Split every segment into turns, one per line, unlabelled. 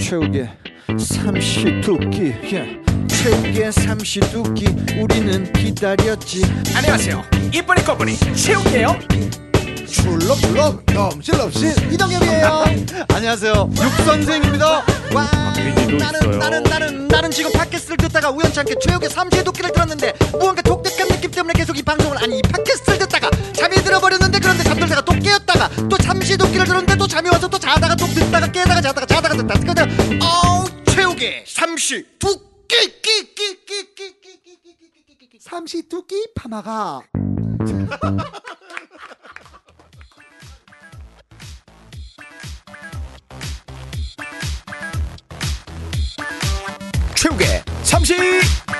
채우게 삼시두끼 예. 채우게 삼시두끼 우리는 기다렸지
안녕하세요. 이쁜이 꺼분이 채울게요.
출렁출렁 넘실넘실 이동엽이에요
안녕하세요 육선생입니다
와
박민희도
나는
있어요.
나는 나는 나는 지금 팟캐스트를 듣다가 우연찮게 최욱의 삼시의 도끼를 들었는데 무언가 독특한 느낌 때문에 계속 이 방송을 아니 이 팟캐스트를 듣다가 잠이 들어버렸는데 그런데 잠들다가 또 깨었다가 또 삼시의 도끼를 들었는데 또 잠이 와서 또 자다가 또 듣다가 깨다가 자다가 자다가 듣다가 그냥 어우 최욱의 삼시 도끼 끼끼끼끼끼끼끼끼끼끼끼끼끼 삼시 도끼 파마가
최욱의 삼시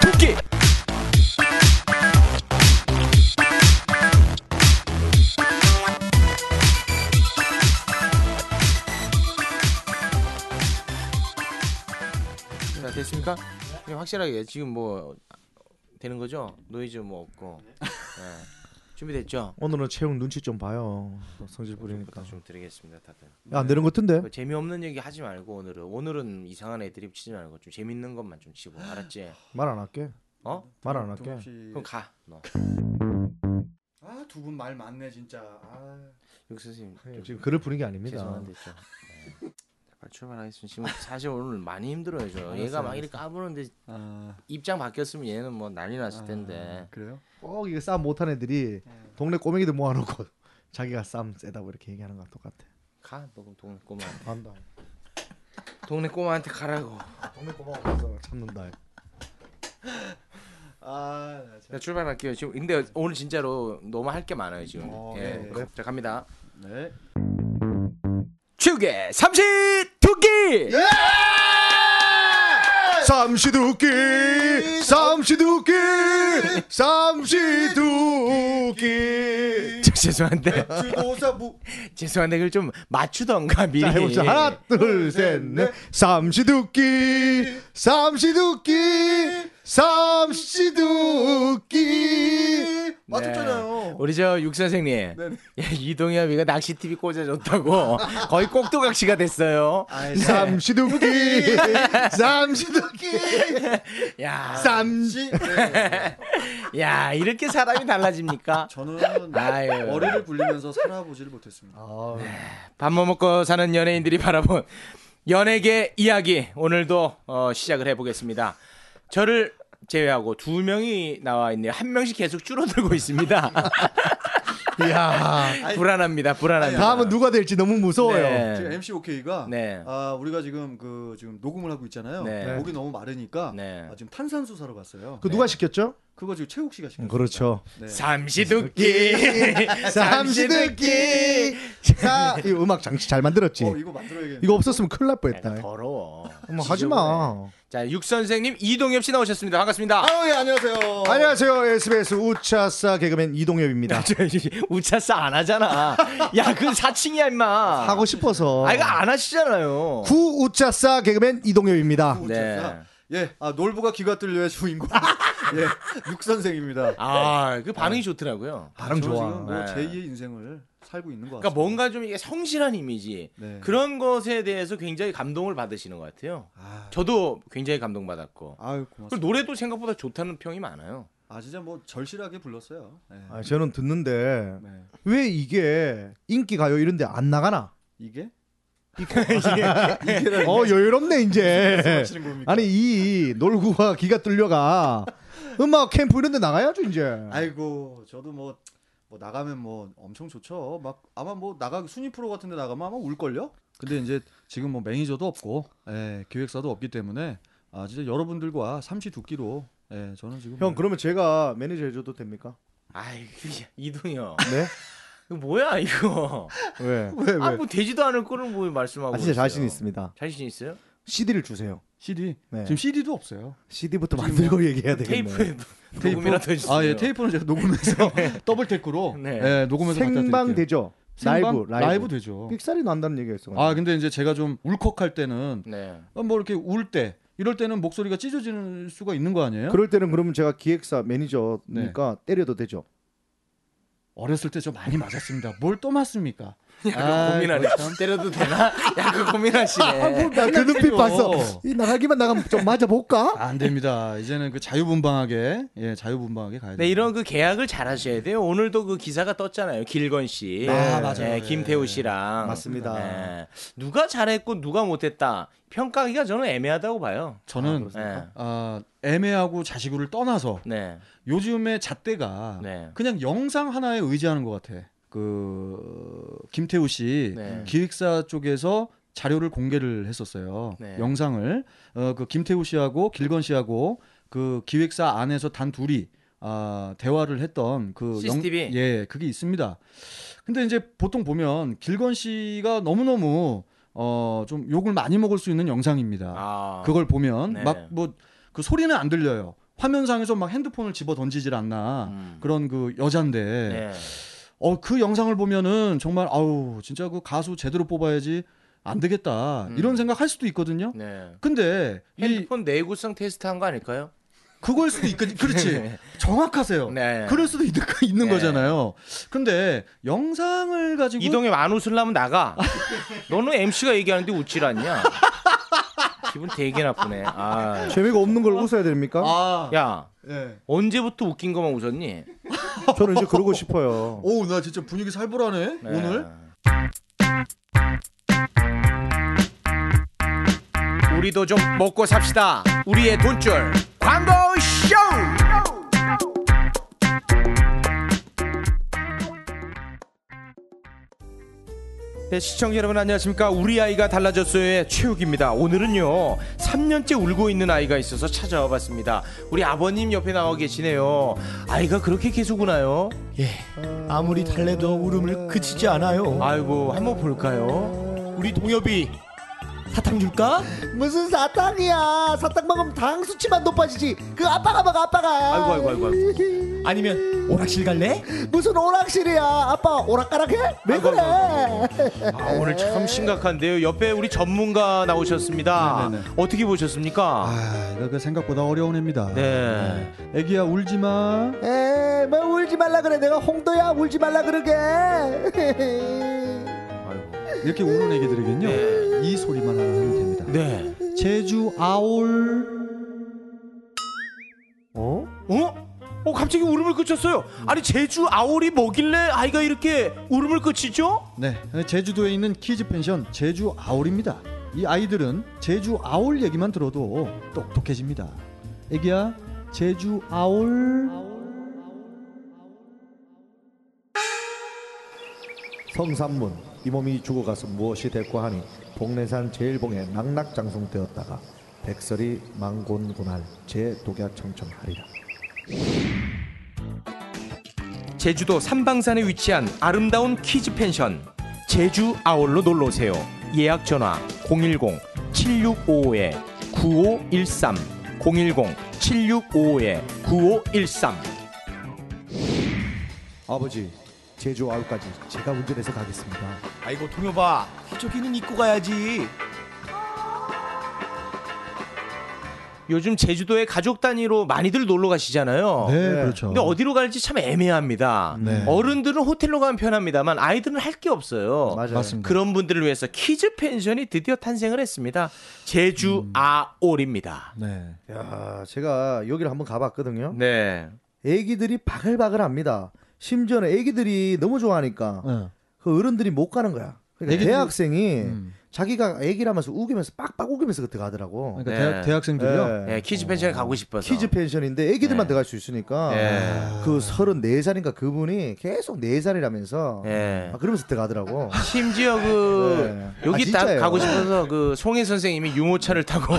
두끼.
자 됐습니까? 그냥 확실하게 지금 뭐 되는 거죠? 노이즈 뭐 없고 예. 준비됐죠?
오늘은 채용 눈치 좀 봐요. 성질 부리니까. 아,
좀 드리겠습니다 다들
야안 되는 것 같은데?
그 재미없는 얘기 하지 말고 오늘은 오늘은 이상한 애드립 치지 말고 좀 재밌는 것만 좀 치고 알았지?
말 안 할게.
어?
말 안 할게.
그럼 가너
아두 분 말 많네 진짜 아.
여기 선생님 좀
네, 지금 그럴 분위기 아닙니다.
죄송한데 좀 예. 빨리 출발하겠습니다 지금 사실 오늘 많이 힘들어요 저 얘가 막 이렇게 까부는데
아,
입장 바뀌었으면 얘는 뭐 난리
아.
났을 텐데
그래요?
꼭 이게 쌈 못한 애들이 동네 꼬맹이들 모아놓고 자기가 쌈 세다고 이렇게 얘기하는 거랑 똑같아.
가너 그럼 동네 꼬마
안다.
동네 꼬마한테 가라고
동네 꼬맹이 없어서 참는다.
아, 나
자, 출발할게요. 지금 근데 오늘 진짜로 너무 할 게 많아요 지금.
어,
예.
네.
가- 자 갑니다.
네.
최욱의 삼시 두끼.
예!
삼시두끼, 삼시두끼, 삼시두끼.
저 죄송한데
주도사부 뭐,
죄송한데 그걸 좀 맞추던가 미리.
자 해봅시다. 하나, 둘, 셋, 넷. 삼시두끼, 삼시두끼, 삼시두끼.
맞췄잖아요.
네. 우리 저 육 선생님 예, 이동엽이가 낚시 TV 꽂아줬다고 거의 꼭두각시가 됐어요. 네.
아,
네. 삼시두끼, 삼시두끼,
야,
삼시.
야 이렇게 사람이 달라집니까?
저는
아유.
머리를 굴리면서 살아보지를 못했습니다.
밥뭐 먹고 사는 연예인들이 바라본 연예계 이야기 오늘도 어, 시작을 해보겠습니다. 저를 제외하고 두 명이 나와 있네요. 한 명씩 계속 줄어들고 있습니다.
이야.
불안합니다. 불안합니다.
다음은 누가 될지 너무 무서워요.
지금
네.
MC OK가
네.
아, 우리가 지금 그 지금 녹음을 하고 있잖아요.
네.
목이 너무 마르니까
네.
아, 지금 탄산수 사러 갔어요.
그 누가 시켰죠?
그거 지금 최욱 씨가 시켰어요.
그렇죠.
네.
삼시두끼
삼시두끼. 자, 이 음악 장치 잘 만들었지.
어, 이거 만들어야겠네.
이거 없었으면 큰일 날 뻔했다.
더러워.
뭐 하지 마.
자, 육 선생님 이동엽 씨 나오셨습니다. 반갑습니다.
아, 예, 안녕하세요.
안녕하세요. SBS 우차사 개그맨 이동엽입니다.
우차싸 안 하잖아. 야, 그 사칭이야 임마.
하고 싶어서.
아, 이거 안 하시잖아요.
구 우차사 개그맨 이동엽입니다.
네.
예, 아, 놀부가 귀가 뚫려의 주인공. 예, 육 선생입니다.
아, 그 반응이 좋더라고요.
저는
반응 좋아.
지금 뭐
네.
제2의 인생을 살고 있는 것 같습니다.
그러니까 뭔가 좀 이게 성실한 이미지
네.
그런 것에 대해서 굉장히 감동을 받으시는 것 같아요.
아,
저도 굉장히 감동받았고
아유
그리고
고맙습니다.
노래도 생각보다 좋다는 평이 많아요.
아 진짜 뭐 절실하게 불렀어요. 네.
아, 저는 듣는데
네.
왜 이게 인기 가요 이런데 안 나가나?
이게
어 여유롭네 이제.
맞히는 겁니까?
아니 이 놀구와 기가 뚫려가 음악 캠프 이런데 나가야죠 이제.
아이고 저도 뭐. 뭐 나가면 뭐 엄청 좋죠. 막 아마 뭐 나가 순위 프로 같은데 나가면 아마 울 걸요. 근데 이제 지금 뭐 매니저도 없고 예, 기획사도 없기 때문에 아 진짜 여러분들과 삼시 두끼로 예, 저는 지금
형
뭐-
그러면 제가 매니저 해줘도 됩니까?
아이 이동이요.
네?
이거 뭐야 이거?
왜? 네, 왜 왜?
아 뭐 되지도 않을 거를 뭐 말씀하고.
아 진짜 자신
있어요.
있습니다.
자신 있어요?
CD를 주세요.
CD
네.
지금 CD도 없어요.
CD부터 만들고 얘기해야 되겠네.
테이프에 녹음이라도 해주세요.
아 예, 테이프는 제가 녹음해서 더블 테이크로
네.
예, 녹음해서 갖다 드릴게요.
생방되죠? 라이브 라이브.
라이브 되죠.
삑살이 난다는 얘기가 있어.
아 근데 이제 제가 좀 울컥할 때는
네.
뭐 이렇게 울 때 이럴 때는 목소리가 찢어지는 수가 있는 거 아니에요?
그럴 때는 그러면 제가 기획사 매니저니까 때려도 되죠.
어렸을 때 저 많이 맞았습니다. 뭘 또 맞습니까?
약간
아이고, 그렇죠.
고민하네. 때려도 되나? 약간 고민하시네.
나그 눈빛 봤어. 이 나가기만 나가면 좀 맞아 볼까?
안 됩니다. 이제는 그 자유분방하게 예 자유분방하게 가야 돼요.
네, 이런 그 계약을 잘 하셔야 돼요. 오늘도 그 기사가 떴잖아요. 길건 씨.
아, 맞아요.
예, 김태우 씨랑.
맞습니다.
예. 누가 잘했고 누가 못했다. 평가하기가 저는 애매하다고 봐요.
저는 아,
예.
애매하고 자식구를 떠나서
네.
요즘에 잣대가
네.
그냥 영상 하나에 의지하는 것 같아. 그 김태우 씨
네.
기획사 쪽에서 자료를 공개를 했었어요.
네.
영상을 어, 그 김태우 씨하고 길건 씨하고 그 기획사 안에서 단 둘이 아, 대화를 했던 그
CCTV?
예 그게 있습니다. 근데 이제 보통 보면 길건 씨가 너무 너무 어, 좀 욕을 많이 먹을 수 있는 영상입니다.
아.
그걸 보면
네.
막 뭐 그 소리는 안 들려요. 화면상에서 막 핸드폰을 집어 던지질 않나
음.
그런 그 여잔데
네.
어 그 영상을 보면은 정말 아우 진짜 그 가수 제대로 뽑아야지 안 되겠다
음.
이런 생각 할 수도 있거든요.
네.
근데 이
핸드폰 내구성 테스트한 거 아닐까요?
그걸 수도 있거 그렇지
네.
정확하세요.
네.
그럴 수도 있는, 거- 있는
네.
거잖아요. 근데 영상을 가지고
이동엽 안 웃으려면 나가. 너는 MC가 얘기하는데 웃질 않냐? 기분 되게 나쁘네. 아.
재미가 없는 걸 웃어야 됩니까?
아
야,
예.
언제부터 웃긴 것만 웃었니?
저는 이제 그러고 싶어요.
오우 나 진짜 분위기 살벌하네
네.
오늘.
우리도 좀 먹고 삽시다. 우리의 돈줄 광고 쇼. 네, 시청자 여러분 안녕하십니까 우리 아이가 달라졌어요의 최욱입니다 오늘은요 3년째 울고 있는 아이가 있어서 찾아와 봤습니다 우리 아버님 옆에 나와 계시네요 아이가 그렇게 계속 우나요?
예, 아무리 달래도 울음을 그치지 않아요.
아이고 한번 볼까요?
우리 동엽이 사탕 줄까?
무슨 사탕이야? 사탕 먹으면 당 수치만 높아지지. 그 아빠가 먹어 아빠가.
아이고 아이고 아이고, 아이고.
아니면 오락실 갈래?
무슨 오락실이야? 아빠 오락가락해? 왜
아이고,
그래?
아, 오늘 참 심각한데요. 옆에 우리 전문가 나오셨습니다.
네네네.
어떻게 보셨습니까?
아, 이거 그 생각보다 어려운 애입니다.
네.
애기야 울지 마.
에이, 뭐 울지 말라 그래? 내가 홍도야 울지 말라 그러게.
이렇게 우는 애기들에겐요 이 소리만 하나 하면 됩니다.
네.
제주 아올
어? 어 갑자기 울음을 그쳤어요. 아니 제주 아오리 뭐길래 아이가 이렇게 울음을 그치죠?
네 제주도에 있는 키즈 펜션 제주 아올입니다. 이 아이들은 제주 아올 얘기만 들어도 똑똑해집니다. 애기야 제주 아올
성산문 이 몸이 죽어가서 무엇이 될고 하니 동래산 제일봉에 낙낙장성되었다가 백설이 망곤군할 제 독약 청청하리라.
제주도 삼방산에 위치한 아름다운 키즈 펜션 제주 아올로 놀러 오세요. 예약 전화 010 7655에 9513 010 7655에 9513
아버지 제주 아울까지 제가 운전해서 가겠습니다.
아이고 동엽아, 희조기는 입고 가야지.
요즘 제주도에 가족 단위로 많이들 놀러 가시잖아요.
네, 그렇죠.
근데 어디로 갈지 참 애매합니다.
네.
어른들은 호텔로 가면 편합니다만 아이들은 할 게 없어요.
맞아요.
맞습니다.
그런 분들을 위해서 키즈 펜션이 드디어 탄생을 했습니다. 제주
음.
아올입니다.
네.
야, 제가 여기를 한번 가봤거든요.
네.
애기들이 바글바글합니다. 심지어는 애기들이 너무 좋아하니까
네.
그 어른들이 못 가는 거야. 그러니까
애기들이-
대학생이
음.
자기가 애기라면서 우기면서 빡빡 우기면서 그때 가더라고.
그러니까
네.
대학, 대학생들이요.
네, 키즈 펜션에 가고 싶어서.
키즈 펜션인데 애기들만
네.
들어갈 수 있으니까
네.
그 34살인가 그분이 계속 4살이라면서
네.
아, 그러면서 들어가더라고.
심지어 그
네.
여기
아,
딱
진짜예요.
가고 싶어서 그 송혜 선생님이 유모차를 타고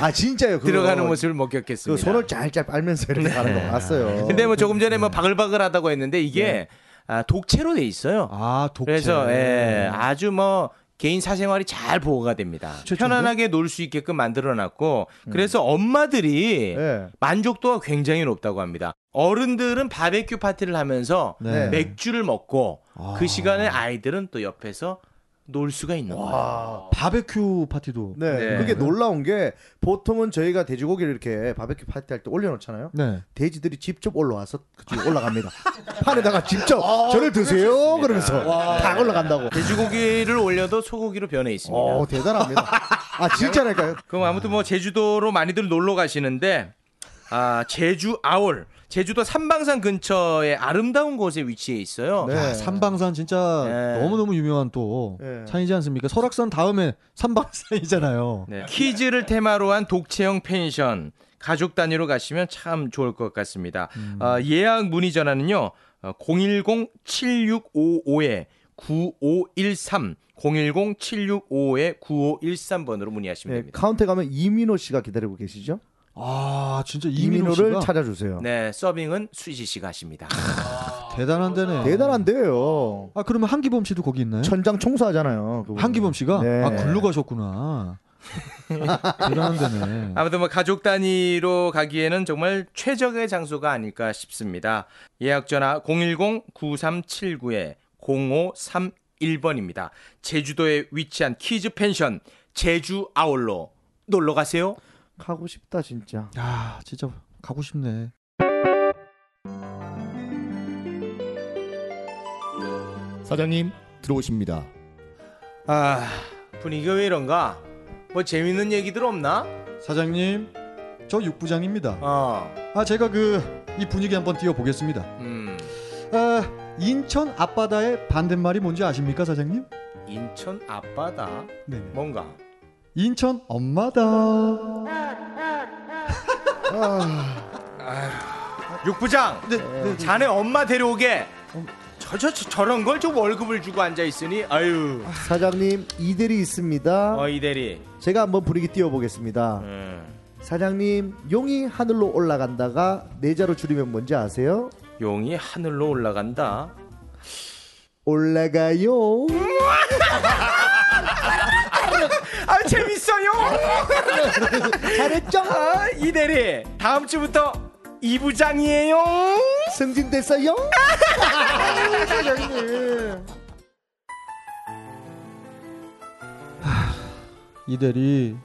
아 진짜요. 그거.
들어가는 모습을
그
목격했습니다. 예.
손을 짤짤 빨면서 이렇게 가는 거 봤어요.
근데 뭐 조금 전에 뭐
네.
바글바글하다고 했는데 이게 아, 독채로 돼 있어요.
아 독채.
그래서 예, 아주 뭐 개인 사생활이 잘 보호가 됩니다. 편안하게 놀 수 있게끔 만들어놨고 그래서
음.
엄마들이
예.
만족도가 굉장히 높다고 합니다. 어른들은 바베큐 파티를 하면서
네.
아.
맥주를 먹고 그 시간에 아이들은 또 옆에서 놀 수가 있는 거예요.
와.
아, 바베큐 파티도
네.
네.
그게 놀라운 게 보통은 저희가 돼지고기를 이렇게 바베큐 파티 할 때 올려놓잖아요.
네.
돼지들이 직접 올라와서 그쪽에 올라갑니다. 판에다가 직접
아,
저를 드세요 그러면서 다 올라간다고.
네,
돼지고기를 올려도 소고기로 변해 있습니다.
어 대단합니다. 아 진짜랄까요?
그럼 아무튼 뭐 제주도로 많이들 놀러 가시는데 아 제주 아올 제주도 삼방산 근처의 아름다운 곳에 위치해 있어요.
네.
야, 삼방산 진짜
네.
너무너무 유명한 또
네.
산이지 않습니까? 설악산 다음에 삼방산이잖아요.
네, 키즈를 테마로 한 독채형 펜션 가족 단위로 가시면 참 좋을 것 같습니다. 아, 예약 문의 전화는요. 어, 010-7655에 9513 010-7655에 9513번으로 문의하시면
네,
됩니다.
카운터에 가면 이민호 씨가 기다리고 계시죠?
아, 진짜 이민호
이민호를
씨가
찾아주세요.
네, 서빙은 수지 씨가 하십니다.
대단한데네.
대단한데요.
아, 그러면 한기범 씨도 거기 있나요?
천장 청소하잖아요. 그분.
한기범 씨가
네.
아, 글로 가셨구나. 대단한데네.
아무튼 뭐 가족 단위로 가기에는 정말 최적의 장소가 아닐까 싶습니다. 예약 전화 010-9379에 0531번입니다. 제주도에 위치한 키즈 펜션 제주 아울로 놀러 가세요.
가고 싶다 진짜.
야, 진짜 가고 싶네.
사장님 들어오십니다.
아, 분위기가 왜 이런가? 뭐 재밌는 얘기들 없나?
사장님, 저 육부장입니다.
어.
아, 제가 그 이 분위기 한번 띄워 보겠습니다.
음.
아, 인천 앞바다의 반대말이 뭔지 아십니까, 사장님?
인천 앞바다
네.
뭔가
인천 엄마다.
아,
육부장
네, 네.
자네 엄마 데려오게 저, 저, 저 저런 걸 좀 월급을 주고 앉아 있으니 아유
사장님 이대리 있습니다.
어 이대리 음,
제가 한번 분위기 띄워보겠습니다.
네.
사장님 용이 하늘로 올라간다가 네자로 줄이면 뭔지 아세요?
용이 하늘로 올라간다
올라가요.
아 재밌어요
잘했죠?
아 이대리 다음 주부터 이부장이에요
승진됐어요.
이 대리.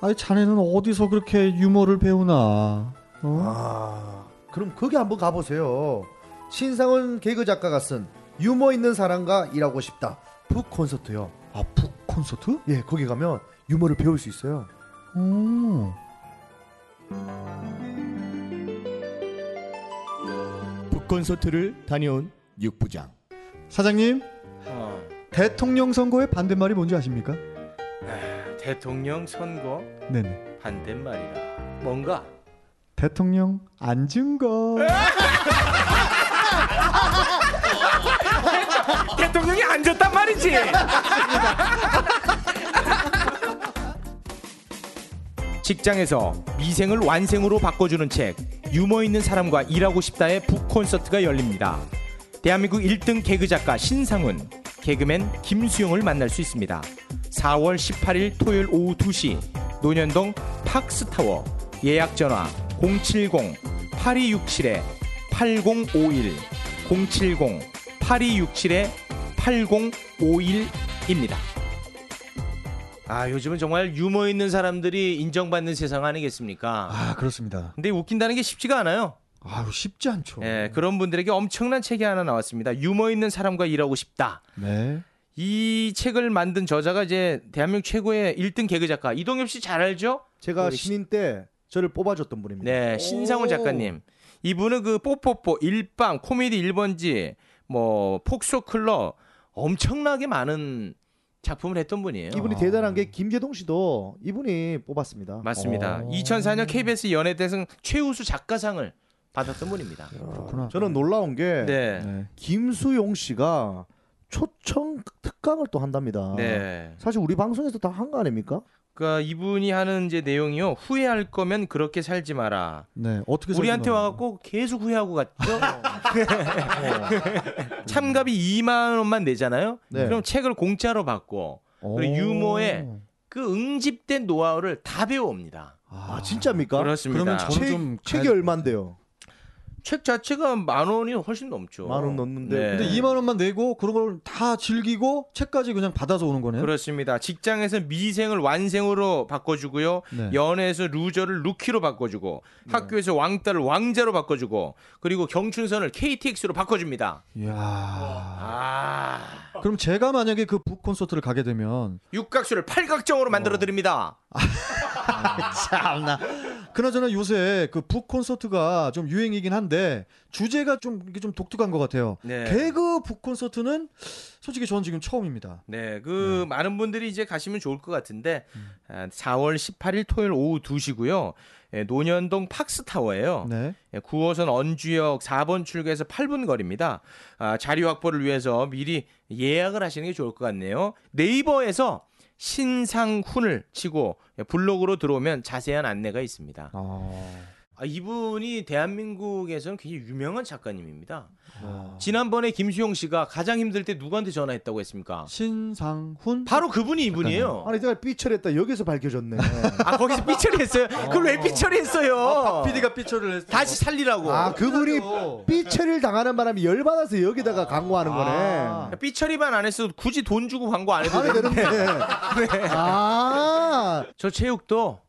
아니 자네는 어디서 그렇게 유머를 배우나? 어?
아, 그럼 거기 한번 가보세요. 신상훈 개그 작가가 쓴 유머 있는 사람과 일하고 싶다. 북 콘서트요.
아, 북 콘서트?
예, 거기 가면 유머를 배울 수 있어요.
오.
북콘서트를 다녀온 육부장.
사장님,
어,
대통령 선거의 반대말이 뭔지 아십니까?
대통령 선거
네네.
반대말이라 뭔가
대통령 앉은 거.
대통령이 앉았단 말이지 직장에서 미생을 완생으로 바꿔주는 책 유머 있는 사람과 일하고 싶다의 북 콘서트가 열립니다. 대한민국 1등 개그 작가 신상훈, 개그맨 김수용을 만날 수 있습니다. 4월 18일 토요일 오후 2시 노년동 팍스타워 예약 전화 070 8267에 8051 070 8267에 8051입니다. 아 요즘은 정말 유머 있는 사람들이 인정받는 세상 아니겠습니까?
아 그렇습니다.
근데 웃긴다는 게 쉽지가 않아요.
아유 쉽지 않죠.
예, 그런 분들에게 엄청난 책이 하나 나왔습니다. 유머 있는 사람과 일하고 싶다.
네.
이 책을 만든 저자가 이제 대한민국 최고의 1등 개그 작가 이동엽 씨 잘 알죠?
제가
우리
신인 때 저를 뽑아줬던 분입니다.
네, 신상훈 작가님. 이분은 그 뽀뽀뽀 일밤 코미디 1번지 뭐 폭소 클럽 엄청나게 많은 작품을 했던 분이에요.
이분이
아.
대단한 게 김재동 씨도 이분이 뽑았습니다.
맞습니다.
어.
2004년 KBS 연예대상 최우수 작가상을 받았던 분입니다.
그렇구나.
저는 놀라운 게
네.
네.
김수용 씨가 초청 특강을 또 한답니다.
네.
사실 우리 방송에서 다 한 거 아닙니까?
그러니까 이분이 하는 이제 내용이요. 후회할 거면 그렇게 살지 마라.
네. 어떻게
우리한테
설명하나.
와갖고 계속 후회하고 갔죠. 참가비 2만 원만 내잖아요.
네.
그럼 책을 공짜로 받고
오.
그리고 유머에 그 응집된 노하우를 다 배워옵니다.
아, 진짜입니까?
그렇습니다.
그러면 저는
책,
좀
책이
가야-
얼마인데요?
책 자체가 만 원이 훨씬 넘죠.
만원 넘는데.
예.
근데 2만 원만 내고 그런 걸 다 즐기고 책까지 그냥 받아서 오는 거네요.
그렇습니다. 직장에서 미생을 완생으로 바꿔주고요.
네.
연애에서 루저를 루키로 바꿔주고 학교에서 왕따를 왕자로 바꿔주고 그리고 경춘선을 KTX로 바꿔줍니다.
이야.
아
그럼 제가 만약에 그 북 콘서트를 가게 되면
육각수를 팔각정으로 만들어 드립니다.
참나. 그나저나 요새 그 북 콘서트가 좀 유행이긴 한데 주제가 좀 이게 좀 독특한 것 같아요.
네.
개그 북 콘서트는 솔직히 저는 지금 처음입니다.
네, 그 많은 분들이 이제 가시면 좋을 것 같은데
음.
아, 4월 18일 토요일 오후 2시고요. 예, 논현동 팍스타워예요.
네.
예, 9호선 언주역 4번 출구에서 8분 거리입니다. 아, 자리 확보를 위해서 미리 예약을 하시는 게 좋을 것 같네요. 네이버에서 신상훈을 치고 예, 블로그로 들어오면 자세한 안내가 있습니다.
아.
아, 이분이 대한민국에서는 굉장히 유명한 작가님입니다.
아.
아.
지난번에 김수용 씨가 가장 힘들 때 누구한테 전화했다고 했습니까?
신상훈
바로 그분이 이분이에요.
아니 내가 삐처했다 여기서 밝혀졌네.
아 거기서 삐처리 했어요. 그걸 왜 삐처리 했어요?
PD가 아, 삐처를 했어.
다시 살리라고.
아 그분이
그래요.
삐처를 당하는 바람에 열 받아서 여기다가 광고하는
아. 그-
거네.
삐처리만 안 했어도 굳이 돈 주고 광고 안 해도
안 해도
네.
되는데. 네, 아
저 체육도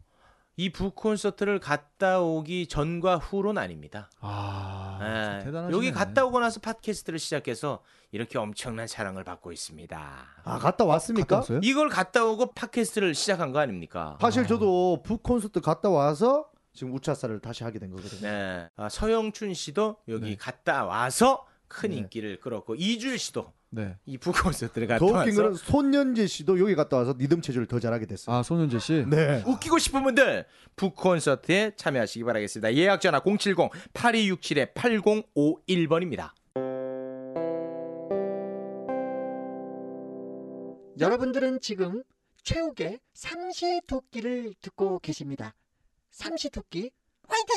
이 북콘서트를 갔다 오기 전과 후론 아닙니다.
아.
예.
대단하시네.
여기 갔다 오고 나서 팟캐스트를 시작해서 이렇게 엄청난 사랑을 받고 있습니다.
아, 갔다 왔습니까?
갔다 왔어요?
이걸 갔다 오고 팟캐스트를 시작한 거 아닙니까?
사실 저도 북 콘서트 갔다 와서 지금 우차사를 다시 하게 된 거거든요.
네. 아, 서영춘 씨도 여기
네.
갔다 와서 큰 인기를 끌었고 이주일 씨도
네.
이 북콘서트를 갔다
더 웃긴
와서
거는 손연재 씨도 여기 갔다 와서 리듬 체조를 더 잘하게 됐어요.
아, 손윤재 씨.
네.
웃기고 싶은 분들 북콘서트에 참여하시기 바라겠습니다. 예약 전화 070-8267-8051번입니다.
여러분들은 지금 최욱의 삼시토끼를 듣고 계십니다. 삼시토끼 화이팅!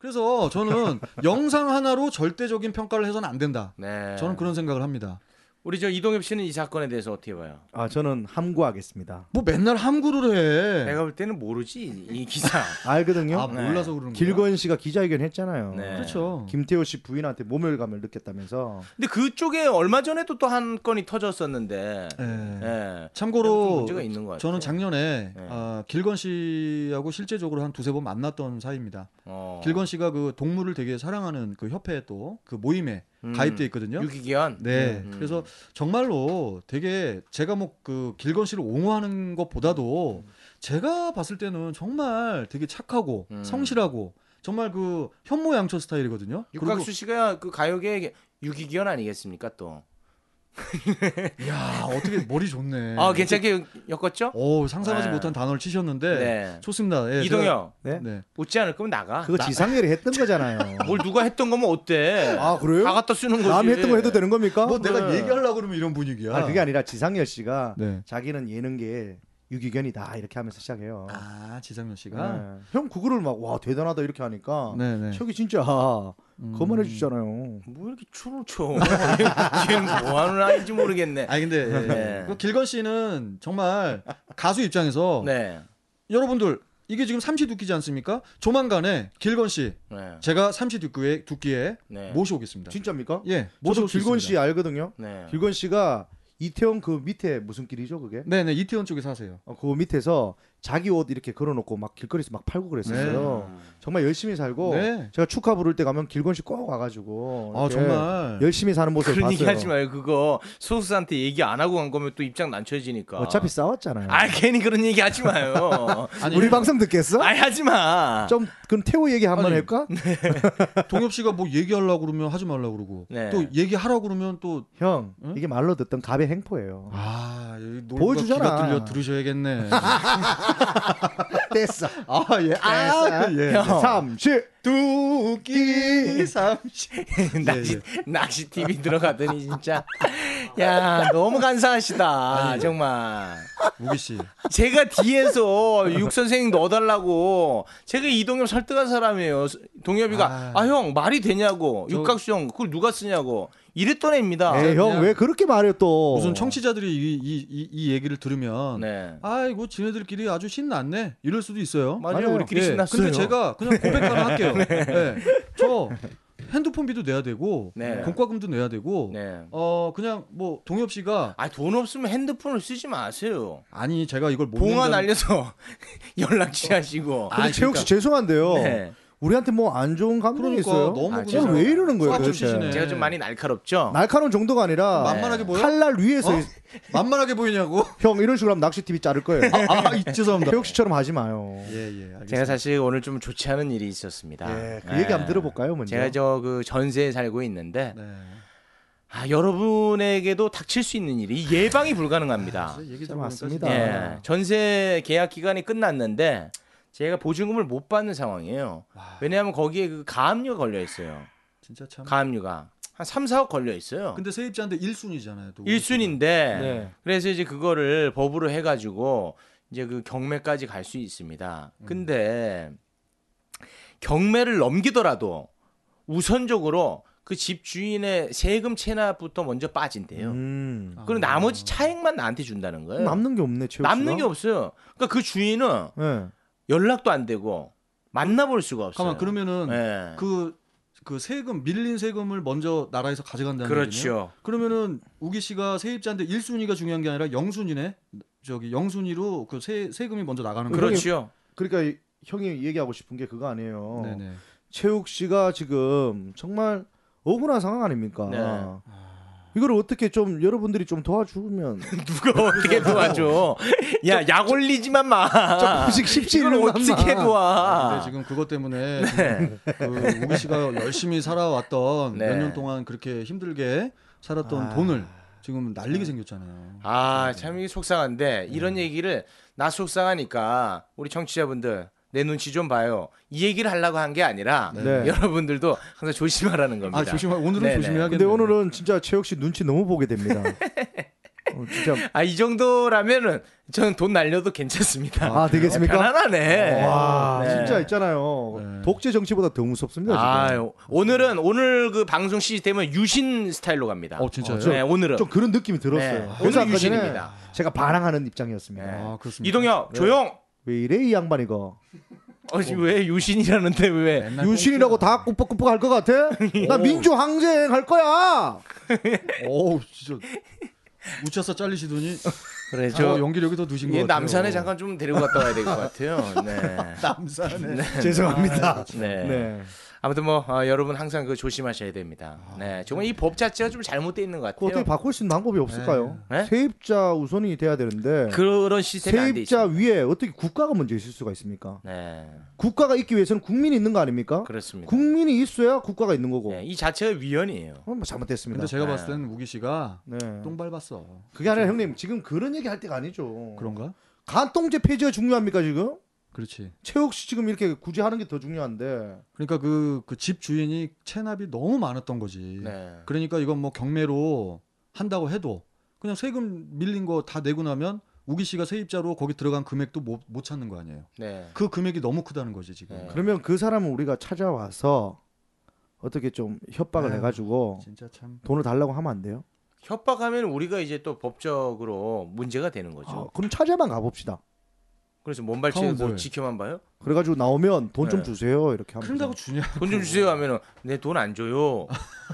그래서 저는 영상 하나로 절대적인 평가를 해서는 안 된다.
네.
저는 그런 생각을 합니다.
우리 저 이동엽 씨는 이 사건에 대해서 어떻게 봐요?
아 저는 함구하겠습니다.
뭐 맨날 함구를 해.
내가 볼 때는 모르지 이 기사.
알거든요.
아, 몰라서 그러는 거야.
길건 씨가 기자회견 했잖아요.
네.
그렇죠.
김태호 씨 부인한테 모멸감을 느꼈다면서.
근데 그쪽에 얼마 전에도 또 한 건이 터졌었는데.
예.
예. 좀
참고로
문제가 있는 것 같아요.
저는 작년에
네.
아, 길건 씨하고 실제적으로 한 두세 번 만났던 사이입니다.
어.
길건 씨가 그 동물을 되게 사랑하는 그 협회에 또 그 모임에
음.
가입돼 있거든요.
유기견.
네.
음.
그래서 정말로 되게 제가 뭐 그 길건 씨를 옹호하는 것보다도 제가 봤을 때는 정말 되게 착하고
음.
성실하고 정말 그 현모양처 스타일이거든요.
육각수 씨가 그 가요계 유기견 아니겠습니까 또?
그리고 야 어떻게 머리 좋네.
아 괜찮게 엮었죠?
오 상상하지
네.
못한 단어를 치셨는데
네.
좋습니다. 예, 제가-
이동엽
네.
네.
웃지 않을 거면 나가.
그거 지상렬이 했던 거잖아요.
뭘 누가 했던 거면 어때?
아, 그래요? 네.
다 갖다 쓰는 거지.
남 했던 거 해도 되는 겁니까?
뭐
네.
내가 얘기하려고 그러면 이런 분위기야.
아 그게 아니라 지상렬 씨가
네.
자기는 예능계 유기견이다 이렇게 하면서 시작해요.
아, 지상렬 씨가
네. 형 그거를 막 와 대단하다 이렇게 하니까
네네. 음.
혁이 진짜 그만해 주잖아요.
뭐 이렇게 춤을 춰? 걔는 뭐 하는 아이인지 모르겠네.
아니 근데 예.
네.
그 길건 씨는 정말 가수
뭐.
입장에서
네.
여러분들 이게 지금 삼시 두끼지 않습니까? 조만간에 길건 씨
네.
제가 삼시 두끼에 두끼에
네.
뭐
모셔오겠습니다.
진짜입니까?
예,
저도
모셔올 수
길건 씨 아-
있습니다.
알거든요.
네.
길건 씨가 이태원 그 밑에 무슨 길이죠 그게?
네네 이태원 쪽에 사세요.
어, 그 밑에서 자기 옷 이렇게 걸어놓고 막 길거리에서 막 팔고 그랬었어요.
음.
정말 열심히 살고
네.
제가 축하 부를 때 가면 길건 씨 꼭 와가지고
아
이렇게
정말
열심히 사는 모습을
그런 얘기
봤어요.
하지 말고 그거 소수한테 얘기 안 하고 간 거면 또 입장 난처해지니까.
어차피 싸웠잖아요.
아 괜히 그런 얘기 하지 마요.
아니
우리 방송 듣겠어?
아니 하지 마.
좀 그럼 태호 얘기 한번
아니,
할까?
동엽 씨가 뭐 얘기하려고 그러면 하지 말라고 그러고
네.
또 얘기하라고 그러면 또
형
응?
이게 말로 듣던 갑의 행포예요.
아, 여기 놀부가
보여주잖아. 아,
귀가 들려 들으셔야겠네.
됐어.
아, 예. 아, 예.
삼시
두끼 삼시
네,
낚시 낚시 TV 들어가더니 진짜 야 너무 간사하시다
네.
정말.
무기 씨
제가 뒤에서 육 선생님 넣어달라고 제가 이동엽 설득한 사람이에요. 동엽이가 아 형 말이 되냐고 육각수 형 그걸 누가 쓰냐고 이랬던 애입니다.
에이 형 왜 그렇게 말해
어.
또
무슨 청취자들이 이, 이, 이, 이 얘기를 들으면
네.
아이고 지네들끼리 아주 신났네 이럴 수도 있어요. 예.
맞아요. 우리끼리 신났어요.
근데 제가 그냥 고백 하나 할게요. 네. 저 핸드폰비도 내야 되고
네.
공과금도 내야 되고
네.
어 그냥 뭐 동엽 씨가
아돈 없으면 핸드폰을 쓰지 마세요.
아니 제가 이걸 못
봉화
낸다는-
날려서 연락 취하시고.
근데 최욱 씨 죄송한데요
네.
우리한테 뭐 안 좋은 감정이
그러니까
있어요
너무
아,
그냥
쟤는
왜 이러는 거예요,
꽉좀
도대체?
치시네.
제가 좀 많이 네. 날카롭죠.
날카로운 정도가 아니라
만만하게 보여?
칼날 위에서
어?
이-
만만하게 보이냐고?
형 이런 식으로 하면 낚시 TV 자를 거예요
아, 이- 죄송합니다.
최욱 씨처럼 하지 마요
예예 알겠습니다.
네. 제가 사실 오늘 좀 좋지 않은 일이 있었습니다.
예, 그
네.
얘기 한번 들어볼까요 먼저
제가 저 그 전세에 살고 있는데
네.
아, 여러분에게도 닥칠 수 있는 일이 예방이 불가능합니다.
얘기 아,
진짜
들어보니까
맞습니다.
아, 예, 전세 계약 기간이 끝났는데 제가 보증금을 못 받는 상황이에요. 왜냐하면 거기에 그 가압류가 걸려 있어요.
진짜 참.
가압류가 한 3, 4억 걸려 있어요.
근데 세입자인데 1순위잖아요. 또.
일순위인
네.
데 그래서 이제 그거를 법으로 해가지고 이제 그 경매까지 갈 수 있습니다.
음.
근데 경매를 넘기더라도 우선적으로 그 집 주인의 세금 체납부터 먼저 빠진대요.
음.
아.
그리고 나머지 차액만 나한테 준다는 거예요.
남는 게 없네 최욱 씨가
남는 게 없어요. 그러니까 그 주인은
예.
연락도 안 되고 만나볼 수가 없어요.
가만 그러면은
예.
그, 그 세금 밀린 세금을 먼저 나라에서 가져간다는 얘기네요.
그렇죠.
그러면은 우기 씨가 세입자인데 1순위가 중요한 게 아니라 영순위네. 저기 영순위로 그 세, 세금이 먼저 나가는 거예요.
그렇죠.
그러니까 이- 형이 얘기하고 싶은 게 그거 아니에요
네네.
최욱 씨가 지금 정말 억울한 상황 아닙니까?
네.
이걸 어떻게 좀 여러분들이 좀 도와주면
누가 어떻게 도와줘? 야, 약 올리지만 마.
조금씩 쉽지
이걸
않은
어떻게
근데
도와?
지금 그것 때문에
아. 네.
그 우기 씨가 열심히 살아왔던
네.
몇 년 동안 그렇게 힘들게 살았던 돈을 지금
네.
날리게 생겼잖아요.
아, 참 이게 속상한데 이런 얘기를 나 속상하니까 우리 청취자분들 내 눈치 좀 봐요. 이 얘기를 하려고 한 게 아니라
네.
여러분들도 항상 조심하라는 겁니다.
아 조심하 오늘은
네네.
조심해야겠네.
근데 오늘은 진짜 최욱 씨 눈치 너무 보게 됩니다. 어, 진짜
아, 이 정도라면은 저는 돈 날려도 괜찮습니다.
아 되겠습니까?
편안하네.
와
네.
진짜 있잖아요.
네.
독재 정치보다 더 무섭습니다. 지금.
아유, 오늘은 오늘 그 방송 시스템은 유신 스타일로 갑니다.
어 진짜요?
네, 오늘은
좀 그런 느낌이 들었어요.
네.
그래서
오늘
아까 전에
유신입니다.
제가 반항하는 입장이었습니다.
네.
아 그렇습니다.
이동혁 조용.
왜 이래 이 양반 이거?
어, 지금 왜 유신이라는데 왜?
맨날
유신이라고 다 꾸벅꾸벅 할 것 같아?
네.
나 민주 항쟁 할 거야.
어우 진짜 우차서 잘리시더니
그래
저 예,
저
어, 연기력이 더 드신 아, 것
얘
같아요.
남산에 잠깐 좀 데리고 갔다 와야 될 것 같아요. 네.
남산에 아,
죄송합니다.
네.
네.
아무튼 뭐 어, 여러분 항상 그 조심하셔야 됩니다. 네. 정말 이 법 자체가 좀 잘못돼 있는 것
그 어떻게
같아요.
바꿀 수 있는 방법이 없을까요?
네. 네?
세입자 우선이 돼야 되는데
그런 시스템이 안돼
세입자
있어요.
위에 어떻게 국가가 먼저 있을 수가 있습니까?
네.
국가가 있기 위해서는 국민이 있는 거 아닙니까?
그렇습니다.
국민이 있어야 국가가 있는 거고.
네, 이 자체가 위헌이에요.
그럼 뭐 잘못됐습니다.
근데 제가 봤을 때는 우기 씨가
네.
똥 네. 밟았어.
그게 아니라 형님 지금 그런 얘기 할 때가 아니죠.
그런가?
간통죄 폐지가 중요합니까 지금?
그렇지.
최욱 씨 지금 이렇게 굳이 하는 게 더 중요한데.
그러니까 그 그 집 주인이 체납이 너무 많았던 거지.
네.
그러니까 이건 뭐 경매로 한다고 해도 그냥 세금 밀린 거 다 내고 나면 우기 씨가 세입자로 거기 들어간 금액도 못, 못 찾는 거 아니에요.
네.
그 금액이 너무 크다는 거지 지금.
네.
그러면 그 사람은 우리가 찾아와서 어떻게 좀 협박을
아유,
네.
해가지고
진짜 참.
돈을 달라고 하면 안 돼요?
협박하면 우리가 이제 또 법적으로 문제가 되는 거죠.
아, 그럼 찾아만 가보시다.
그래서 몸발치고
카운볼.
지켜만 봐요.
그래가지고 나오면 돈 좀
네.
주세요 이렇게 하면.
그런다고 주냐?
아,
돈 좀 주세요 하면은 내 돈 안 줘요.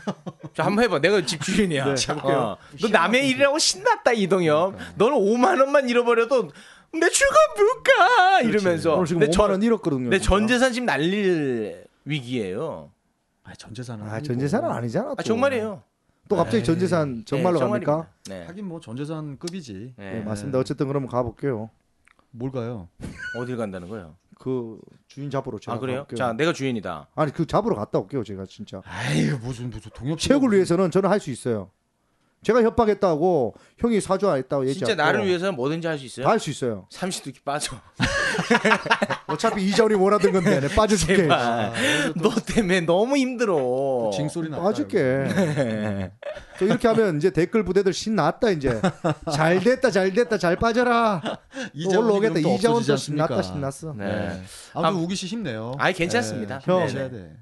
자 한번 해봐. 내가 집 주인이야.
네,
어. 너 남의 일이라고 신났다 이동엽.
그러니까.
너는 5만 원만 잃어버려도 내 출금 불가 이러면서.
오늘 지금
내
5만
전-
원 잃었거든요. 그러니까.
내
진짜.
전재산 지금 날릴 위기예요.
아, 전재산은
아
아니고.
전재산은 아니잖아.
아
또.
정말이에요.
또 갑자기 전재산 그렇죠. 정말로
네,
갑니까?
정말입니다. 네.
하긴 뭐 전재산 급이지.
네.
네, 맞습니다. 어쨌든 그러면 가볼게요.
뭘까요?
어딜 간다는 거예요?
그 주인 잡으러 제가
아 그래요?
가볼게요.
자 내가 주인이다.
아니 그 잡으러 갔다 올게요 제가 진짜.
아유 무슨 무슨 동엽 씨가
체육을
그
무슨-
위해서는 저는 할 수 있어요. 제가 협박했다고 형이 사주 안 했다고 얘기하고
진짜 나를 위해서는 뭐든지 할 수 있어요.
다할 수 있어요.
삼시두끼 빠져.
어차피 이자원이 원하던 건데 내 빠져줄게.
제발. 아, 너 때문에 너무
뭐,
힘들어.
아, 징소리 나.
빠질게. 저 이렇게 하면 이제 댓글 부대들 신났다 이제. 잘 됐다 잘 됐다 잘 빠져라. 또 올라오겠다 이자원도 신났다 신났어.
네.
아무튼 우기 씨 힘내요.
아이, 괜찮습니다.
네,
네,
힘내셔야
네.
돼.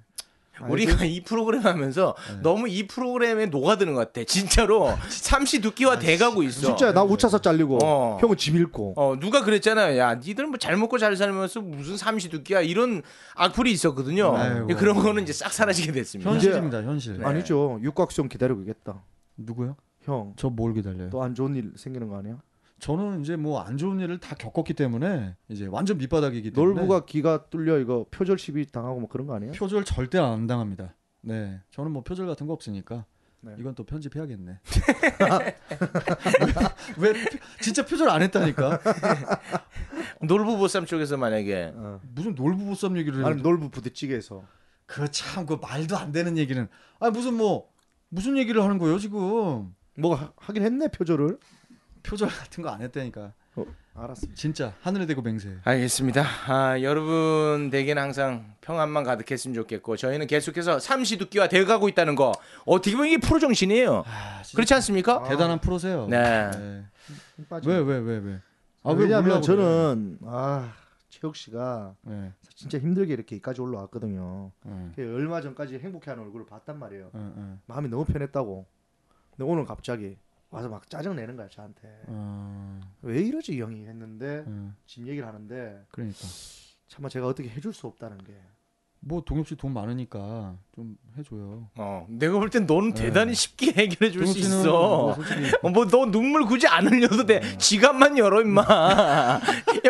우리가 이 프로그램 하면서 너무 이 프로그램에 녹아드는 것 같아. 진짜로 삼시 두끼와 돼가고 있어.
진짜 나 우차서 잘리고
어.
형은 집 잃고.
어 누가 그랬잖아요. 야, 니들 뭐 잘 먹고 잘 살면서 무슨 삼시 두끼야 이런 악플이 있었거든요.
아이고.
근데 그런 거는 이제 싹 사라지게 됐습니다.
현실입니다. 현실.
네.
네. 아니죠 육각수형 기다리고 있겠다.
누구요?
형 또
저
안
뭘 기다려요?
좋은 일 생기는 거 아니야?
저는 이제 뭐 안 좋은 일을 다 겪었기 때문에 이제 완전 밑바닥이기 때문에
놀부가 기가 뚫려 이거 표절 시비 당하고 뭐 그런 거 아니야?
표절 절대 안 당합니다. 네, 저는 뭐 표절 같은 거 없으니까
네.
이건 또 편집해야겠네. 왜, 왜 표- 진짜 표절 안 했다니까?
놀부보쌈 쪽에서 만약에
무슨 놀부보쌈 얘기를
아니 놀부 부대찌개에서
그참그 말도 안 되는 얘기는 아니 무슨 뭐 무슨 얘기를 하는 거예요 지금
뭐 하- 하긴 했네 표절을.
표절 같은 거 안 했다니까
알았어.
진짜 하늘에 대고 맹세.
알겠습니다. 아, 여러분 댁에는 항상 평안만 가득했으면 좋겠고 저희는 계속해서 삼시두끼와 돼가고 있다는 거 어떻게 보면 이게 프로 정신이에요.
아, 진짜
그렇지 않습니까?
대단한 프로세요.
그렇죠. 네.
왜 왜 왜 왜?
아,
왜
왜냐하면
몰라고 그래요?
저는 아 최욱 씨가
네.
진짜 힘들게 이렇게 여기까지 올라왔거든요.
네.
그 얼마 전까지 행복해하는 얼굴을 봤단 말이에요.
네. 네.
마음이 너무 편했다고. 근데 오늘 갑자기 와서 막 짜증 내는 거야 저한테.
어,
왜 이러지 이 형이 했는데
네.
지금 얘기를 하는데
그러니까
차마 제가 어떻게 해줄 수 없다는 게.
뭐 동엽 씨 돈 많으니까 좀 해줘요.
어, 내가 볼 땐 너는
네.
대단히 쉽게 해결해 줄 수
동엽 씨는 뭐
있어.
솔직히
뭐 너 눈물 굳이 안 흘려도 돼. 지갑만 열어 임마. 야,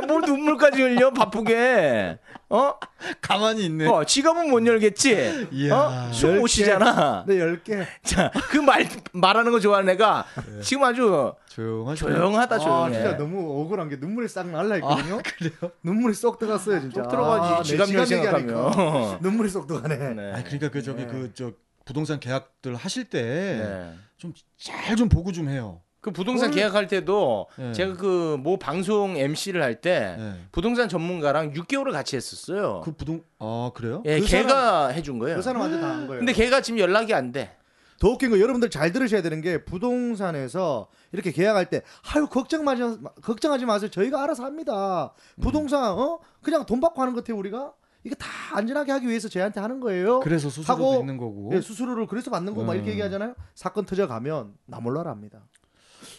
뭘 눈물까지 흘려 바쁘게. 어?
가만히 있네.
어, 지갑은 못 열겠지.
이야.
어? 숨 못 쉬잖아.
근데 열 개.
자, 그 말 말하는 거 좋아하는 애가 지금 아주
조용하죠.
조용하다 조용해.
아 진짜 너무 억울한 게 눈물이 싹 날라 있거든요. 그래요? 눈물이 쏙 들어갔어요 진짜.
쏙 들어가지,
아, 내
지갑 열
얘기하니까
생각하면. 어.
눈물이 쏙 들어가네.
네.
아 그러니까 그 저기
네.
그 저 부동산 계약들 하실 때 좀
네.
잘 좀 보고 좀 해요.
그 부동산 계약할 때도
네.
제가 그 모 방송 MC를 할 때
네.
부동산 전문가랑 6개월을 같이 했었어요.
그 부동 아 그래요?
예,
그
걔가 해준 거예요.
그 사람 완전 다한 거예요.
근데 걔가 지금 연락이 안 돼.
더 웃긴 거 여러분들 잘 들으셔야 되는 게 부동산에서 이렇게 계약할 때 아유 걱정 마지 걱정하지 마세요 저희가 알아서 합니다 부동산 어 그냥 돈 받고 하는 것 같아요 우리가 이게 다 안전하게 하기 위해서 저희한테 하는 거예요
그래서 수수료도
하고-
있는 거고.
예, 수수료를 그래서 받는 거 막 이렇게
음.
얘기하잖아요 사건 터져가면 나 몰라라 합니다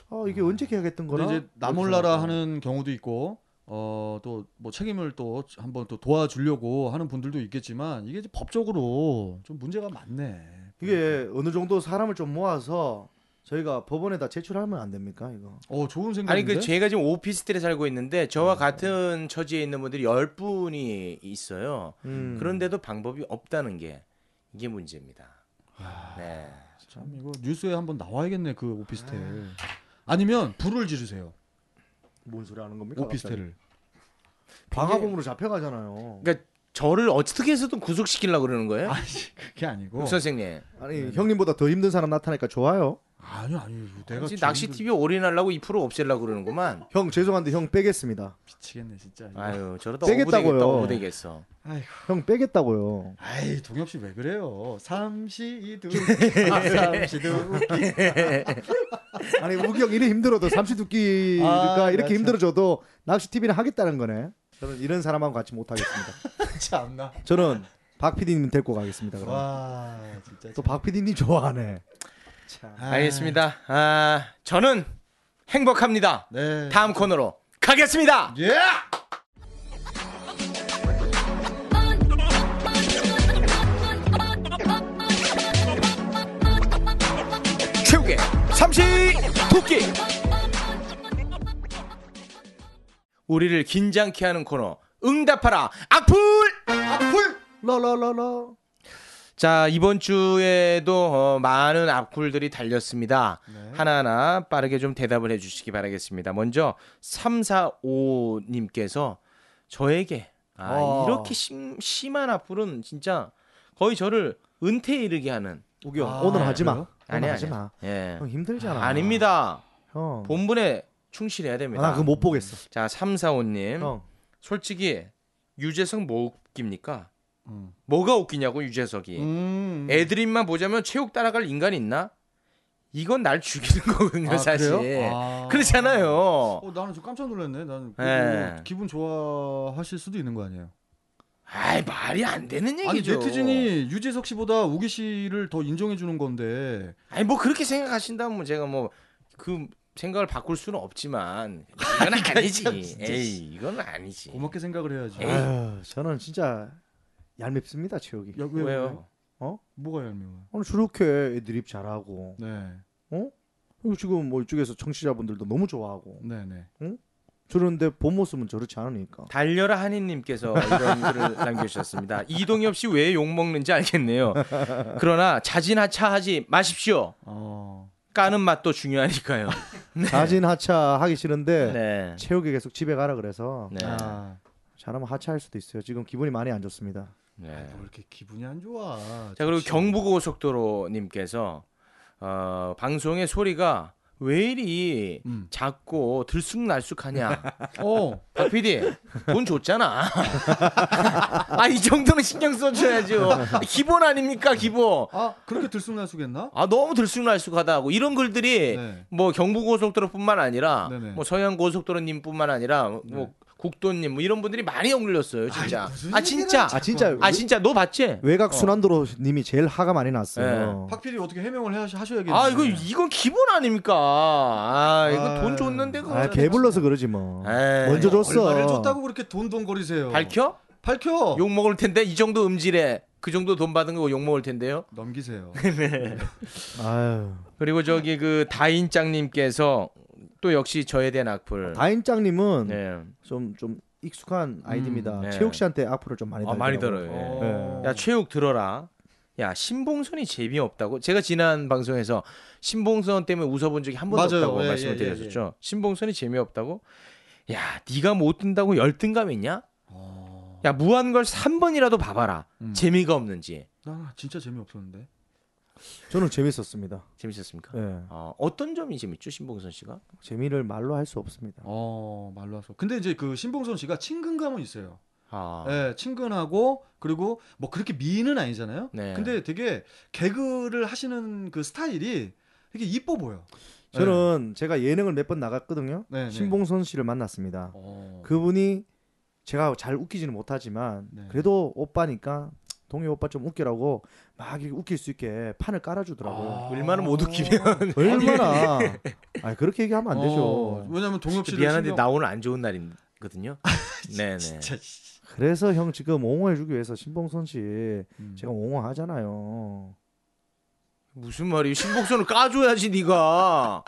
어 이게 언제 계약했던 거나
근데 이제 나몰라라 하는 경우도 있고 어 또 뭐 책임을 또 한번 또 도와주려고 하는 분들도 있겠지만 이게 이제 법적으로 좀 문제가 많네.
이게 어느 정도 사람을 좀 모아서 저희가 법원에다 제출하면 안 됩니까 이거 음.
어 좋은
아니
생각인데.
그 제가 지금 오피스텔에 살고 있는데 저와 같은 처지에 있는 분들이 10분이 있어요.
음.
그런데도 방법이 없다는 게 이게 문제입니다.
아.
네.
참 이거 뉴스에 한번 나와야겠네 그 오피스텔. 아니면 불을 지르세요
뭔 소리 하는 겁니까
오피스텔을.
갑자기? 방화범으로 잡혀가잖아요
그러니까 저를 어떻게 해서든 구속시키려고 그러는 거예요?
아니 그게 아니고.
뭐.
육 선생님.
아니 형님보다 더 힘든 사람 나타나니까 좋아요.
아니 아니 내가
지금 낚시 TV 올인하려고 이 프로 없애려고 그러는구만.
형 죄송한데 형 빼겠습니다.
미치겠네 진짜.
아유, 저러다
빼겠다고요.
오부되겠다, 오부되겠어.
형 빼겠다고요.
아이 동엽 씨 왜 그래요? 삼시이두 아, 삼시두.
아니 우기 형 이래 힘들어도 삼시두끼가
아,
이렇게
나
힘들어져도 낚시 TV는 하겠다는 거네. 저는 이런 사람하고 같이 못 하겠습니다.
참나.
저는 박 PD님 데리고 가겠습니다. 그럼.
와 진짜.
또 박 PD님 좋아하네.
알겠습니다. 아, 저는 행복합니다.
네.
다음 코너로 가겠습니다.
예.
최욱의 삼시 두끼
우리를 긴장케 하는 코너 응답하라 악플
악플 러러러러.
자 이번 주에도 어, 많은 악플들이 달렸습니다
네.
하나하나 빠르게 좀 대답을 해주시기 바라겠습니다 먼저 345님께서 저에게 아,
어.
이렇게 심, 심한 악플은 진짜 거의 저를 은퇴에 이르게 하는
우기 형 오늘 하지 마.
아, 그래요?
오늘
아니
하지
아니
마.
예
형 힘들잖아.
아닙니다
형.
본분에 충실해야 됩니다
아,
아 그거 못 보겠어.
음.
자 345님
형.
솔직히 유재석 뭐 웃깁니까?
음.
뭐가 웃기냐고 유재석이.
음.
예. 애드립만 보자면 체육 따라갈 인간 있나? 이건 날 죽이는 거거든요,
아,
사실. 예.
그래요? 아.
그렇잖아요.
어, 나는 좀 깜짝 놀랐네. 나는
예.
그거 기분 좋아하실 수도 있는 거 아니에요?
아이 말이 안 되는 얘기죠.
아니 네티즌이 유재석 씨보다 우기 씨를 더 인정해 주는 건데
아니 뭐 그렇게 생각하신다면 뭐 제가 뭐 그 생각을 바꿀 수는 없지만 이건 아니지. 에이 이건 아니지.
그러니까 고맙게 생각을 해야지.
예. 에이.
아유, 저는 진짜 얄밉습니다 체육이.
야, 왜,
왜요?
뭐가 얄미워?
오늘 저렇게 애드립 잘하고 어?
네,
그리고 지금 뭐 이쪽에서 청취자분들도 너무 좋아하고
네, 네.
저런데 본 모습은 저렇지 않으니까.
달려라 한인님께서 이런 글을 남겨주셨습니다. 이동엽 씨 왜 욕 먹는지 알겠네요. 그러나 자진하차하지 마십시오.
어,
까는 맛도 중요하니까요.
자진 하차 하기 싫은데
네.
체육이 계속 집에 가라 그래서
네.
아,
잘하면 하차할 수도 있어요. 지금 기분이 많이 안 좋습니다.
네.
왜 어, 이렇게 기분이 안 좋아?
자 그리고
좋지.
경부고속도로님께서 어, 방송의 소리가 왜 이리
음.
작고 들쑥날쑥하냐.
어,
박 PD 돈 줬잖아. 아 이 정도는 신경 써줘야죠. 기본 아닙니까 기본.
아 그렇게 들쑥날쑥했나?
아 너무 들쑥날쑥하다고 이런 글들이
네.
뭐 경부고속도로뿐만 아니라
네네. 네.
뭐 서해안고속도로님뿐만 아니라 뭐 국도님 뭐 이런 분들이 많이 억눌렸어요 진짜.
무슨
아 진짜.
아 진짜
아 진짜 너 봤지?
외곽 순환도로 님이 제일 하가 많이
네.
났어요.
박 PD 어떻게 해명을 해야- 하셔야겠네.
아 이거 이건 기본 아닙니까? 아 이거
아유. 어.
돈 줬는데 그거.
아, 개불러서 그러지 뭐.
에이,
먼저
얼마를
줬어.
줬다고 그렇게 돈돈거리세요?
밝혀?
밝혀.
욕 먹을 텐데 이 정도 음질에 그 정도 돈 받은 거 욕 먹을 텐데요.
넘기세요.
네.
아유.
그리고 저기 그 다인짱님께서 또 역시 저에 대한 악플.
아,
다인장님은
네.
좀, 좀 익숙한 아이디입니다.
네.
체육 씨한테 악플을 좀 많이
아
달더라고요.
많이 들어요. 예.
어.
야 최욱 들어라. 야 신봉선이 재미없다고 제가 지난 방송에서 신봉선 때문에 웃어본 적이 한 번도
맞아요.
없다고
예,
말씀을
예,
드렸었죠. 신봉선이 재미없다고. 야 네가 못 뜬다고 열등감 있냐?
어.
야 무한걸 3번이라도 봐봐라.
음.
재미가 없는지
나 진짜 재미없었는데.
저는 재밌었습니다.
재밌었습니까?
네.
예.
어, 어떤 점이 재밌죠 신봉선 씨가?
재미를 말로 할 수 없습니다.
어 말로 하서. 근데 이제 그 신봉선 씨가 친근감은 있어요.
아,
예, 친근하고 그리고 뭐 그렇게 미인은 아니잖아요.
네.
근데 되게 개그를 하시는 그 스타일이 되게 이뻐 보여.
저는 제가 예능을 몇 번 나갔거든요.
예. 네, 네.
신봉선 씨를 만났습니다.
어.
그분이 제가 잘 웃기지는 못하지만
네.
그래도 오빠니까 동해 오빠 좀 웃기라고 막 이렇게 웃길 수 있게 판을 깔아주더라고요.
얼마나 못 웃기면
얼마나 아 그렇게 얘기하면 안 되죠.
네. 어, 왜냐면 동엽 씨를
미안한데
신경- 아,
나 오늘 안 좋은 날이거든요. 네네.
그래서 형 지금 옹호해주기 위해서 신봉선 씨
음.
제가 옹호하잖아요.
무슨 말이에요? 신봉선을 까줘야지 네가.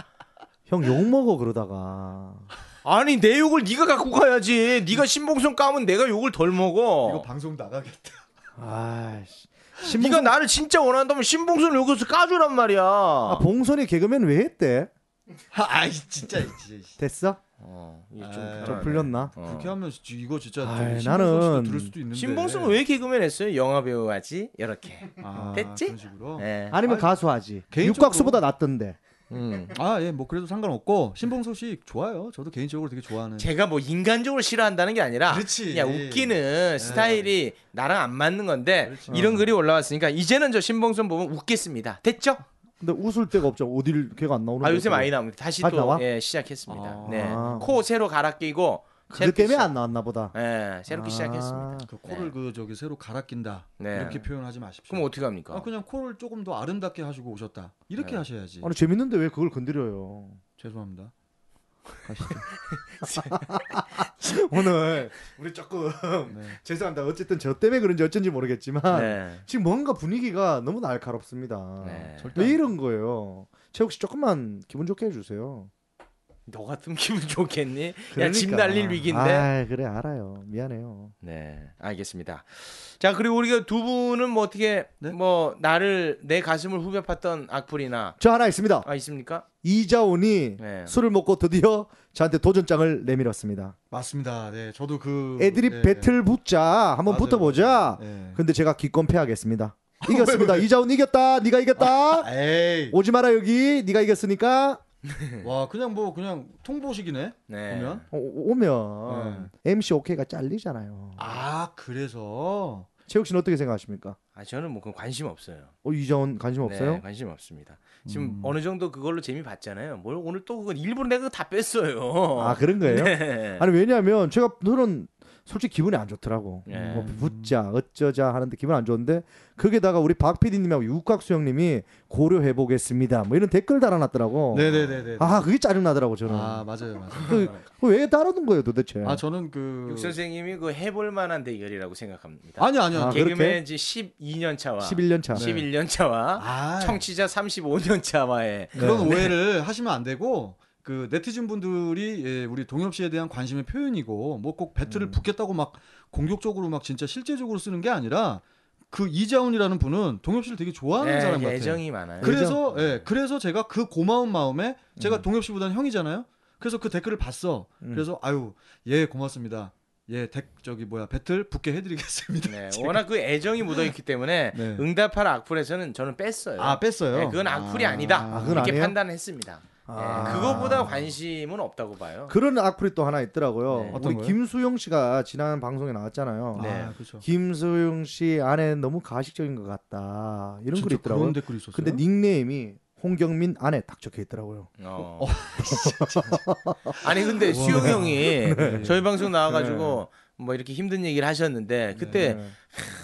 형 욕 먹어 그러다가
아니 내 욕을 네가 갖고 가야지. 네가 신봉선 까면 내가 욕을 덜
이거
먹어.
방송 나가겠다.
아씨
네가 나를 진짜 원한다면 신봉선을 여기서 까주란 말이야.
아, 봉선이 개그맨 왜 했대?
아이 진짜 진짜.
됐어?
어, 이게
아,
불안하네.
좀 풀렸나?
어.
그렇게 하면 지- 이거 진짜 신봉선
아이,
씨도
나는
들을 수도 있는데.
신봉선 왜 개그맨 했어요? 영화 배우 하지? 이렇게.
아,
됐지?
그런 식으로.
예.
아니면
아니,
가수 하지.
개인적으로-
육각수보다 낫던데.
음.
아, 예, 뭐 그래도 상관없고 신봉선 씨 좋아요. 저도 개인적으로 되게 좋아하는.
제가 뭐 인간적으로 싫어한다는 게 아니라
그렇지. 예.
그냥 웃기는 스타일이 나랑 안 맞는 건데
그렇지. 어.
이런 글이 올라왔으니까 이제는 저 신봉선 보면 웃겠습니다. 됐죠?
근데 웃을 데가 없죠. 어딜 걔가 안 나오는
아 요새
거죠.
많이 나옵니다. 다시
아,
또
나와?
예, 시작했습니다.
아.
네. 코 새로 갈아 끼고
그것 때문에
시작-
안 나왔나 보다.
예, 새롭게
아.
시작했습니다.
그 코를 그 저기 새로 갈아 낀다.
네.
이렇게 표현하지 마십시오.
그럼 어떻게 합니까?
아 그냥 코를 조금 더 아름답게 하시고 오셨다. 이렇게
그러니까. 네.
하셔야지.
아니 재밌는데 왜 그걸 건드려요?
죄송합니다.
오늘 우리 조금
네.
죄송합니다. 어쨌든 저 때문에 그런지 어쩐지 모르겠지만
네.
지금 뭔가 분위기가 너무 날카롭습니다.
네.
왜 이런 거예요? 최욱 씨 조금만 기분 좋게 해주세요.
너 같으면 기분 좋겠니? 야,
그러니까.
집 날릴 위기인데.
아, 그래 알아요. 미안해요.
네, 알겠습니다. 자, 그리고 우리가 두 분은 뭐 어떻게
네?
뭐 나를 내 가슴을 후벼 팠던 악플이나
저 하나 있습니다.
아 있습니까?
이자온이
네.
술을 먹고 드디어 저한테 도전장을 내밀었습니다.
맞습니다. 네, 저도 그
애드립
네.
배틀 붙자. 한번
맞아요.
붙어보자. 그
네.
근데 제가 기권 패하겠습니다.
아,
이겼습니다. 이자온 이겼다. 네가 이겼다.
에이.
오지 마라 여기. 네가 이겼으니까
와 그냥 뭐 그냥 통보식이네
네.
보면
오- 어, 오- 오면 MC OK가 잘리잖아요.
예. 아 그래서
최욱 씨는 어떻게 생각하십니까?
아 저는 뭐 그건 관심 없어요.
어, 이정원 관심 없어요?
네, 관심 없습니다. 지금
음.
음.
어느 정도 그걸로 재미 봤잖아요. 뭘 오늘 또 그건 일부러 내가 그거 다 뺐어요.
아 그런 거예요?
네.
아니 왜냐하면 제가 저는 솔직히 기분이 안 좋더라고.
예.
뭐 붙자 어쩌자 하는데 기분 안 좋은데 거기에다가 우리 박 PD님하고 육각수 형님이 고려해 보겠습니다. 뭐 이런 댓글 달아놨더라고.
네네네네 아,
아 그게 짜증 나더라고 저는.
맞아요 맞아요
그, 그왜 다루는 거예요 도대체?
네. 아 저는 그
육 선생님이 그 해볼 만한 대결이라고 생각합니다.
아니 아니요
아, 그렇게?
개그맨 이제 12년 차와
11년 차.
네.
11년 차와
아,
청취자 35년 차와의
그런 오해를 하시면 안 되고 그 네티즌 분들이 예, 우리 동엽 씨에 대한 관심의 표현이고 뭐 꼭 배틀을 붙겠다고 막 공격적으로 막 진짜 실제적으로 쓰는 게 아니라 그 이자훈이라는 분은 동엽 씨를 되게 좋아하는
예,
사람 같아요.
애정이 많아요.
그래서 예, 그래서 제가 그 고마운 마음에 제가 동엽 씨보다는 형이잖아요. 그래서 그 댓글을 봤어.
음.
그래서 아유 예 고맙습니다. 예, 댓 저기 뭐야 배틀 붙게 해드리겠습니다.
네, 워낙 그 애정이 묻어있기 때문에
네.
응답하라 악플에서는 저는 뺐어요.
아 뺐어요.
네, 그건 악플이
아.
아, 니다
아, 그건
이렇게
아니에요?
판단했습니다.
아.
예, 그거보다 관심은 없다고 봐요.
그런 악플이 또 하나 있더라고요.
네.
어떤
우리
거요?
김수영 씨가 지난 방송에 나왔잖아요.
네.
아, 그렇죠.
김수영 씨 아내는 너무 가식적인 것 같다. 이런 글이
진짜
있더라고요.
그런 댓글이 있었어요.
근데 닉네임이 홍경민 아내 딱 적혀 있더라고요.
어. 아니
어.
근데 수영 형이
네.
저희 방송 나와가지고 뭐 이렇게 힘든 얘기를 하셨는데 그때
네.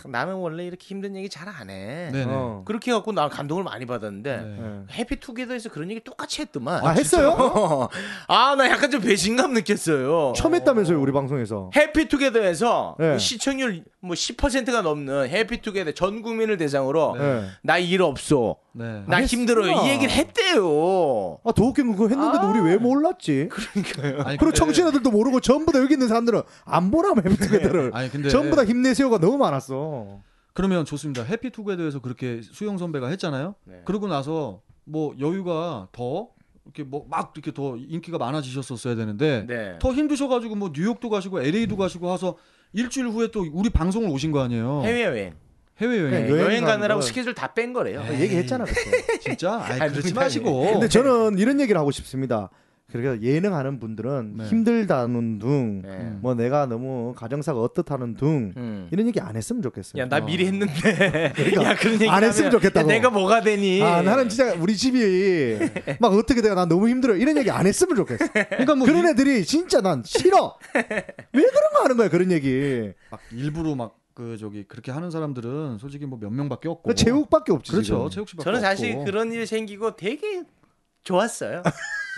크, 나는 원래 이렇게 힘든 얘기 잘 안 해.
네네.
어.
그렇게 갖고 나 감동을 많이 받았는데
네.
네.
해피투게더에서 그런 얘기 똑같이 했더만.
아, 했어요?
아 나 약간 좀 배신감 느꼈어요.
처음 했다면서요 우리 방송에서
해피투게더에서
네.
그 시청률 뭐 10%가 넘는 해피투게더 전 국민을 대상으로
네.
나 일 없어,
네.
나
안
힘들어요
했구나.
이 얘기를 했대요.
아 더 웃긴 건 그거 했는데도 우리 왜 몰랐지
아니,
그리고
근데- 네.
청취자들도 모르고 전부 다 여기 있는 사람들은 안 보라며 해피투게더를
아니 근데
전부 다 힘내세요가 너무 많았어
그러면 좋습니다. 해피투게더에서 그렇게 수영 선배가 했잖아요.
네.
그러고 나서 뭐 여유가 더 이렇게 뭐 막 이렇게 더 인기가 많아지셨었어야 되는데
네.
더 힘드셔가지고 뭐 뉴욕도 가시고 LA도 가시고 해서 일주일 후에 또 우리 방송을 오신 거 아니에요?
해외 여행.
해외 여행
네,
여행
여행
가는
가느라고
걸. 네.
스케줄 다 뺀 거래요.
얘기했잖아 그때
진짜 아이,
네. 아니,
그러지
그러지
마시고
어,
근데 저는 이런 얘기를 하고 싶습니다 그러니까 예능하는 분들은
네.
힘들다는 둥
네.
음.
뭐 내가 너무 가정사가 어떻다는 둥
음.
이런 얘기 안 했으면 좋겠어요
야, 나 미리 했는데. 야, 그런 얘기
그러니까 안 했으면
하면
좋겠다고.
야, 내가 뭐가 되니?
아 나는 진짜 우리 집이 막 어떻게 돼가 난 너무 힘들어 이런 얘기 안 했으면 좋겠어
그러니까 뭐
그런 애들이 진짜 난 싫어 왜 그런 거 하는 거야 그런 얘기
막 일부러 막 그 저기 그렇게 하는 사람들은 솔직히 뭐 몇 명밖에 없고
그 제욱밖에 없지
그렇죠
지금.
체육 씨밖에
저는 사실
없고.
그런 일이 생기고 되게 좋았어요.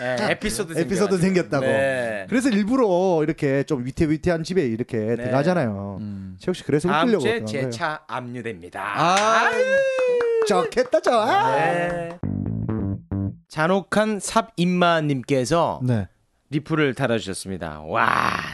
예, 에피소드
에피소드
생겨가지고.
생겼다고
네.
그래서 일부러 이렇게 좀 위태위태한 집에 이렇게 들어가잖아요
음.
체육 씨 그래서
다음
웃기려고
주에
그러는
제
거예요.
차 압류됩니다.
아,
좋겠다 좋아
네. 잔혹한 삽 임마님께서
네.
리플을 달아주셨습니다. 와,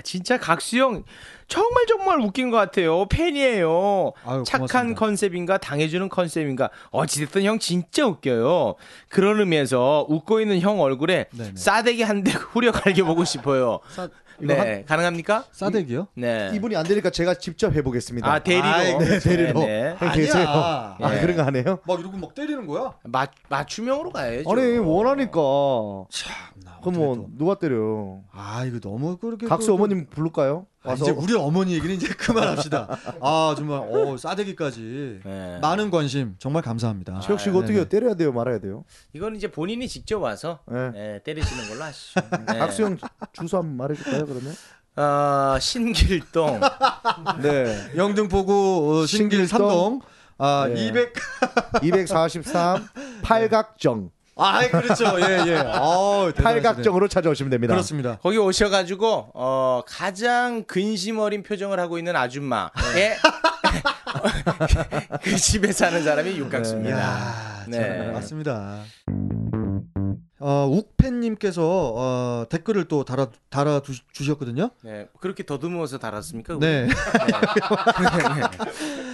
진짜 각수형 정말 정말 웃긴 것 같아요. 팬이에요.
아유,
착한
고맙습니다.
컨셉인가 당해주는 컨셉인가 어찌됐든 형 진짜 웃겨요. 그런 의미에서 웃고 있는 형 얼굴에
네네.
싸대기 한 대 후려 갈겨보고 싶어요.
싸,
네, 가능합니까?
싸대기요?
네.
이분이 안 되니까 제가 직접 해보겠습니다
아 대리로.
아이, 네,
네, 대리로
네, 네.
형 계세요
아니야.
아
예.
그런 거 안 해요?
막 이러고 막 때리는 거야?
마, 맞춤형으로 가야죠.
아니 원하니까
참나.
그럼
어떻게
뭐
또.
누가 때려
아 이거 너무 그렇게
각수
또-
어머님 부를까요?
아,
와서
이제 우리 어머니 얘기는 이제 그만합시다. 아 정말 어 싸대기까지
네.
많은 관심 정말 감사합니다.
아,
네,
최욱 씨가 어떻게 요 때려야 돼요 말아야 돼요?
이건 이제 본인이 직접 와서
네.
네, 때리시는 걸로 하시죠. 네.
박수 형 주소 한번 말해줄까요 그러면?
어, 신길동.
네.
영등포구 어, 신길
신길동.
삼동 아
네.
200.
243 팔각정
아 그렇죠. 예 예. 어
팔각정으로 찾아오시면 됩니다.
그렇습니다.
거기 오셔가지고 어, 가장 근심 어린 표정을 하고 있는 아줌마의
네.
그 집에 사는 사람이 육각수입니다.
야,
네.
참, 맞습니다. 어, 욱팬님께서 어, 댓글을 또 달아 달아 주셨거든요.
네, 그렇게 더듬어서 달았습니까?
네.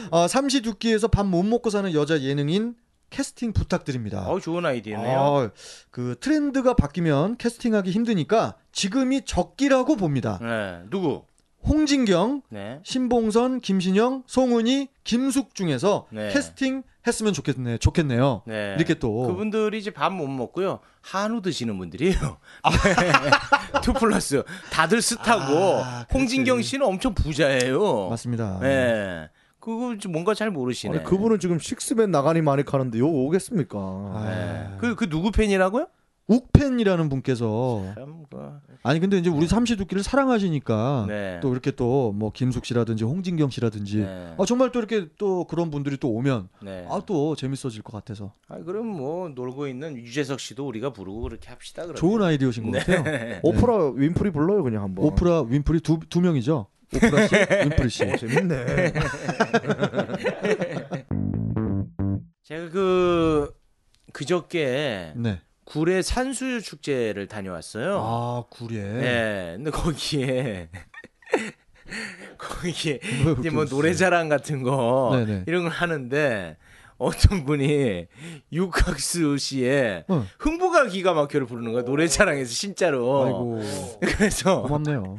어, 삼시 두끼에서 밥 못 먹고 사는 여자 예능인 캐스팅 부탁드립니다.
어, 좋은 아이디어네요.
아, 그
음.
트렌드가 바뀌면 캐스팅하기 힘드니까 지금이 적기라고 봅니다.
네, 누구?
홍진경,
네.
신봉선, 김신영, 송은이, 김숙 중에서
네.
캐스팅 했으면 좋겠네, 좋겠네요.
네.
이렇게 또
그분들이 이제 밥 못 먹고요. 한우 드시는 분들이에요.
아.
투 플러스 다들 스타고
아,
홍진경
그렇지.
씨는 엄청 부자예요.
맞습니다.
네. 그거 좀 뭔가 잘 모르시네.
아니, 그분은 지금 식스맨 나가니 많이 가는데 요 오겠습니까?
아,
그, 그 누구 팬이라고요?
욱팬이라는 분께서
참, 그-
아니 근데 이제 우리 삼시두끼를 사랑하시니까
네.
아, 또 이렇게 또 뭐 김숙 씨라든지 홍진경 씨라든지
네.
아, 정말 또 이렇게 또 그런 분들이 또 오면
네.
아 또 재밌어질 것 같아서
아, 그럼 뭐 놀고 있는 유재석 씨도 우리가 부르고 그렇게 합시다. 그러면.
좋은 아이디어신
네.
것 같아요.
오프라 윈프리 불러요 그냥
뭐.
한번.
네. 오프라 윈프리 두, 두 명이죠. 오프라 씨, 윈프리 씨.
재밌네.
제가 그 그저께
네.
구례 산수유 축제를 다녀왔어요.
아 구례.
네. 근데 거기에 거기에
왜 그렇게
이제 뭐
웃으세요?
노래자랑 같은 거
네네.
이런 걸 하는데 어떤 분이 육학수 씨의
어.
흥부가 기가 막혀를 부르는 거야 노래자랑에서 진짜로.
아이고
그래서
고맙네요.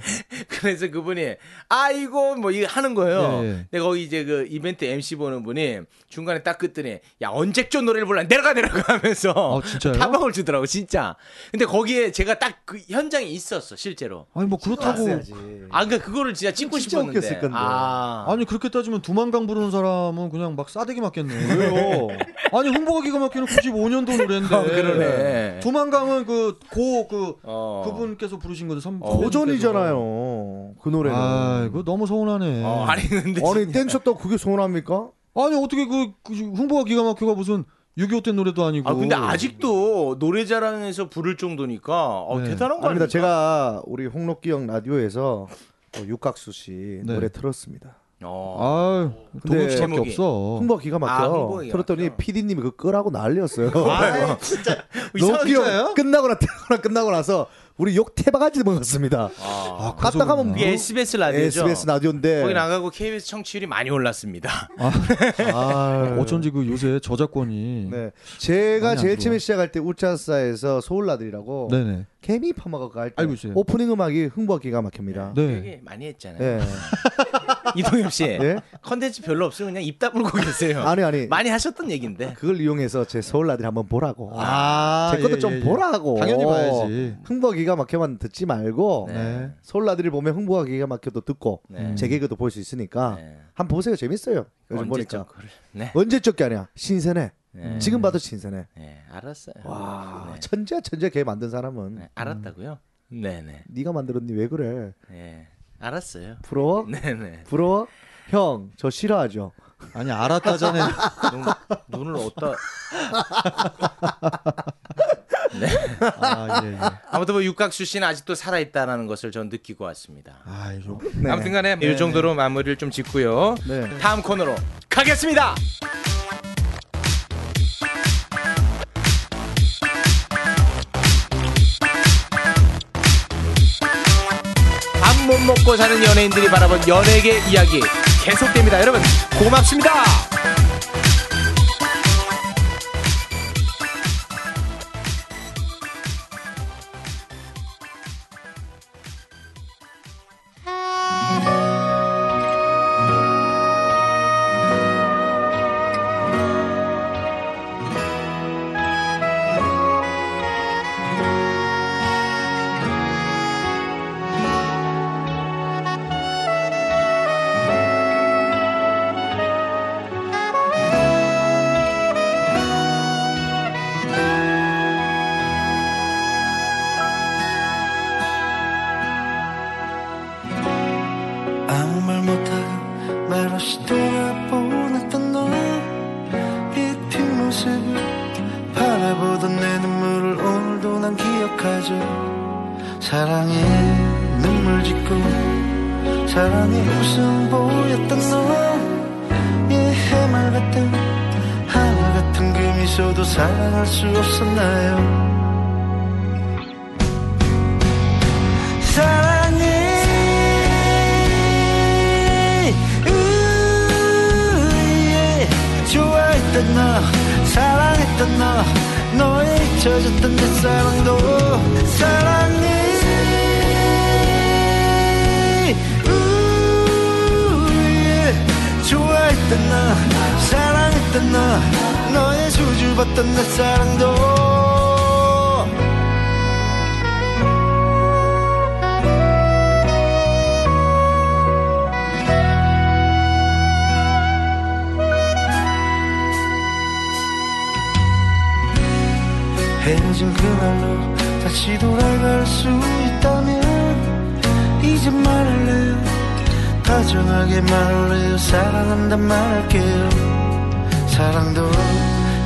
그래서 그분이 아이고 뭐 이거 하는 거예요.
예, 예.
근데 거기 이제 그 이벤트 MC 보는 분이 중간에 딱 끄더니 야 언제쯤 노래를 불러 내려가 내려가 하면서
아, 진짜요?
타박을 주더라고 진짜. 근데 거기에 제가 딱 그 현장에 있었어 실제로.
아니 뭐 그렇다고
아 그러니까 그거를 진짜 찍고
진짜
싶었는데.
웃겼을 건데.
아.
아니 그렇게 따지면 두만강 부르는 사람은 그냥 막 싸대기 맞겠네. 왜요? 아니 홍보가 기가 막히는 95년도 노래인데.
아, 그러네.
두만강은 그 고그
어.
그분께서 부르신 거죠. 선,
어.
고전이잖아요. 그 노래는.
아, 이거 너무 서운하네.
어, 아니 근데
아니 댄서도 그게 서운합니까?
아니 어떻게 그, 그 홍보가 기가 막혀가 무슨 6.25때 노래도 아니고.
아 근데 아직도 노래자랑에서 부를 정도니까 어,
네.
대단한 거
아닙니다.
아닙니까?
제가 우리 홍록기형 라디오에서 어, 육각수 씨
네.
노래 들었습니다.
어.
아,
근데
동역밖에
제목이.
없어.
흥보 기가 막혀.
아, 흥보가 기가
들었더니
막혀.
PD님이 그 끄라고 난리였어요.
아, 진짜 이상한
녹기형 끝나고 나 퇴근하 끝나고 나서 우리 욕 태바가지 먹었습니다.
아,
아, 그래서
깜빡하면
그러나?
이게 SBS 라디오죠.
SBS 라디오인데
거기 나가고 KBS 청취율이 많이 올랐습니다.
아,
어쩐지 그 요새 저작권이.
네. 제가
많이 안
제일
좋아.
처음에 시작할 때 우차사에서 서울나들이라고
네네.
개미 파마가 할때
알고 있어요.
오프닝 음악이 흥부와 기가 막힙니다.
네.
되게 많이 했잖아요.
예.
이동엽 씨
예?
컨텐츠 별로 없으면 그냥 입 다물고 계세요.
아니 네. 아니.
많이 하셨던 얘기인데.
그걸 이용해서 제 서울나들이 한번 보라고.
아,
제 것도
예,
좀
예, 예.
보라고.
당연히 봐야지.
흥부와 기가 막혀만 듣지 말고
네.
서울나들이 보면 흥부와 기가 막혀도 듣고
음.
네.
제 개그도 볼 수 있으니까
네.
한번 보세요. 재밌어요. 아,
언제쯤
요즘 보니까. 뭐?
그걸? 네.
언제적 게 아니야. 신선해.
네.
지금 봐도 신선해.
네, 알았어요.
와
네.
천재 천재 걔 만든 사람은
네, 알았다고요?
음.
네, 네.
네가 만들었니 왜 그래?
네. 알았어요.
부러워?
네, 네.
부러워? 형, 저 싫어하죠.
아니 알았다잖아요.
눈, 을 어디다
아 예. 예.
아무튼 뭐 육각수 씨는 아직도 살아 있다라는 것을 전 느끼고 왔습니다.
아 이거
네.
아무튼간에 뭐 이 정도로 마무리를 좀 짓고요.
네.
다음 코너로 가겠습니다. 밥 못 먹고 사는 연예인들이 바라본 연예계 이야기 계속됩니다. 여러분 고맙습니다.
아무 말 못하고 말없이 돌아보냈던 너의 뒷모습을 바라보던 내 눈물을 오늘도 난 기억하죠 사랑해 눈물 짓고 사랑해 웃음 보였던 너의 해말 같은 하늘 같은 그 미소도 사랑할 수 없었나요 사랑해 우예 좋아했던 너 사랑했던 너 너의 잊혀졌던 내 사랑도 사랑해 우 좋아했던 너 사랑했던 너 너의 수줍었던 그 내 사랑도 헤어진 그날로 다시 돌아갈 수 있다면 이제 말할래요 다정하게 말할래요 사랑한다 말할게요 사랑도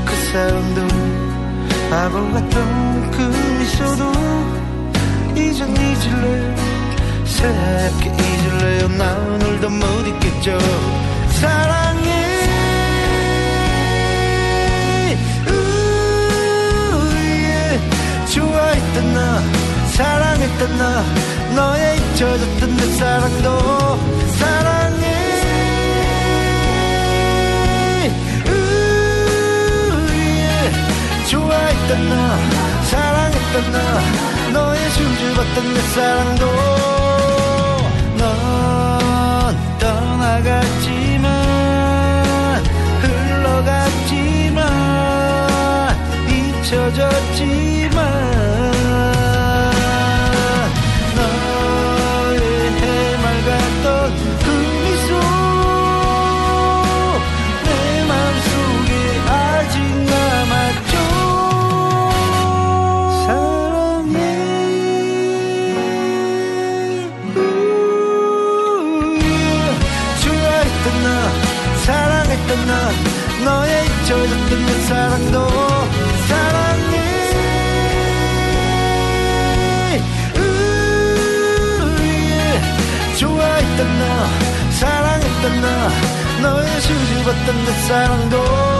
그 사랑도 악어 같던 그 미소도 이젠 잊을래요 새하얗게 잊을래요 나 오늘도 못 잊겠죠 사랑해 우예 좋아했던 너 사랑했던 너 너의 잊혀졌던 내 사랑도 사랑해 우예 좋아했던 너 사랑했던 너 너의 수줍었던 내 사랑도 넌 떠나갔지만 흘러갔지만 잊혀졌지만 너의 해맑았던 그 미소 내 맘속에 아직 남았죠 사랑해 우유. 좋아했던 너 사랑했던 너 너의 잊혀졌던 내 사랑도 사랑해 우유. 좋아했던 너 사랑했던 너 너의 수줍었던 내 사랑도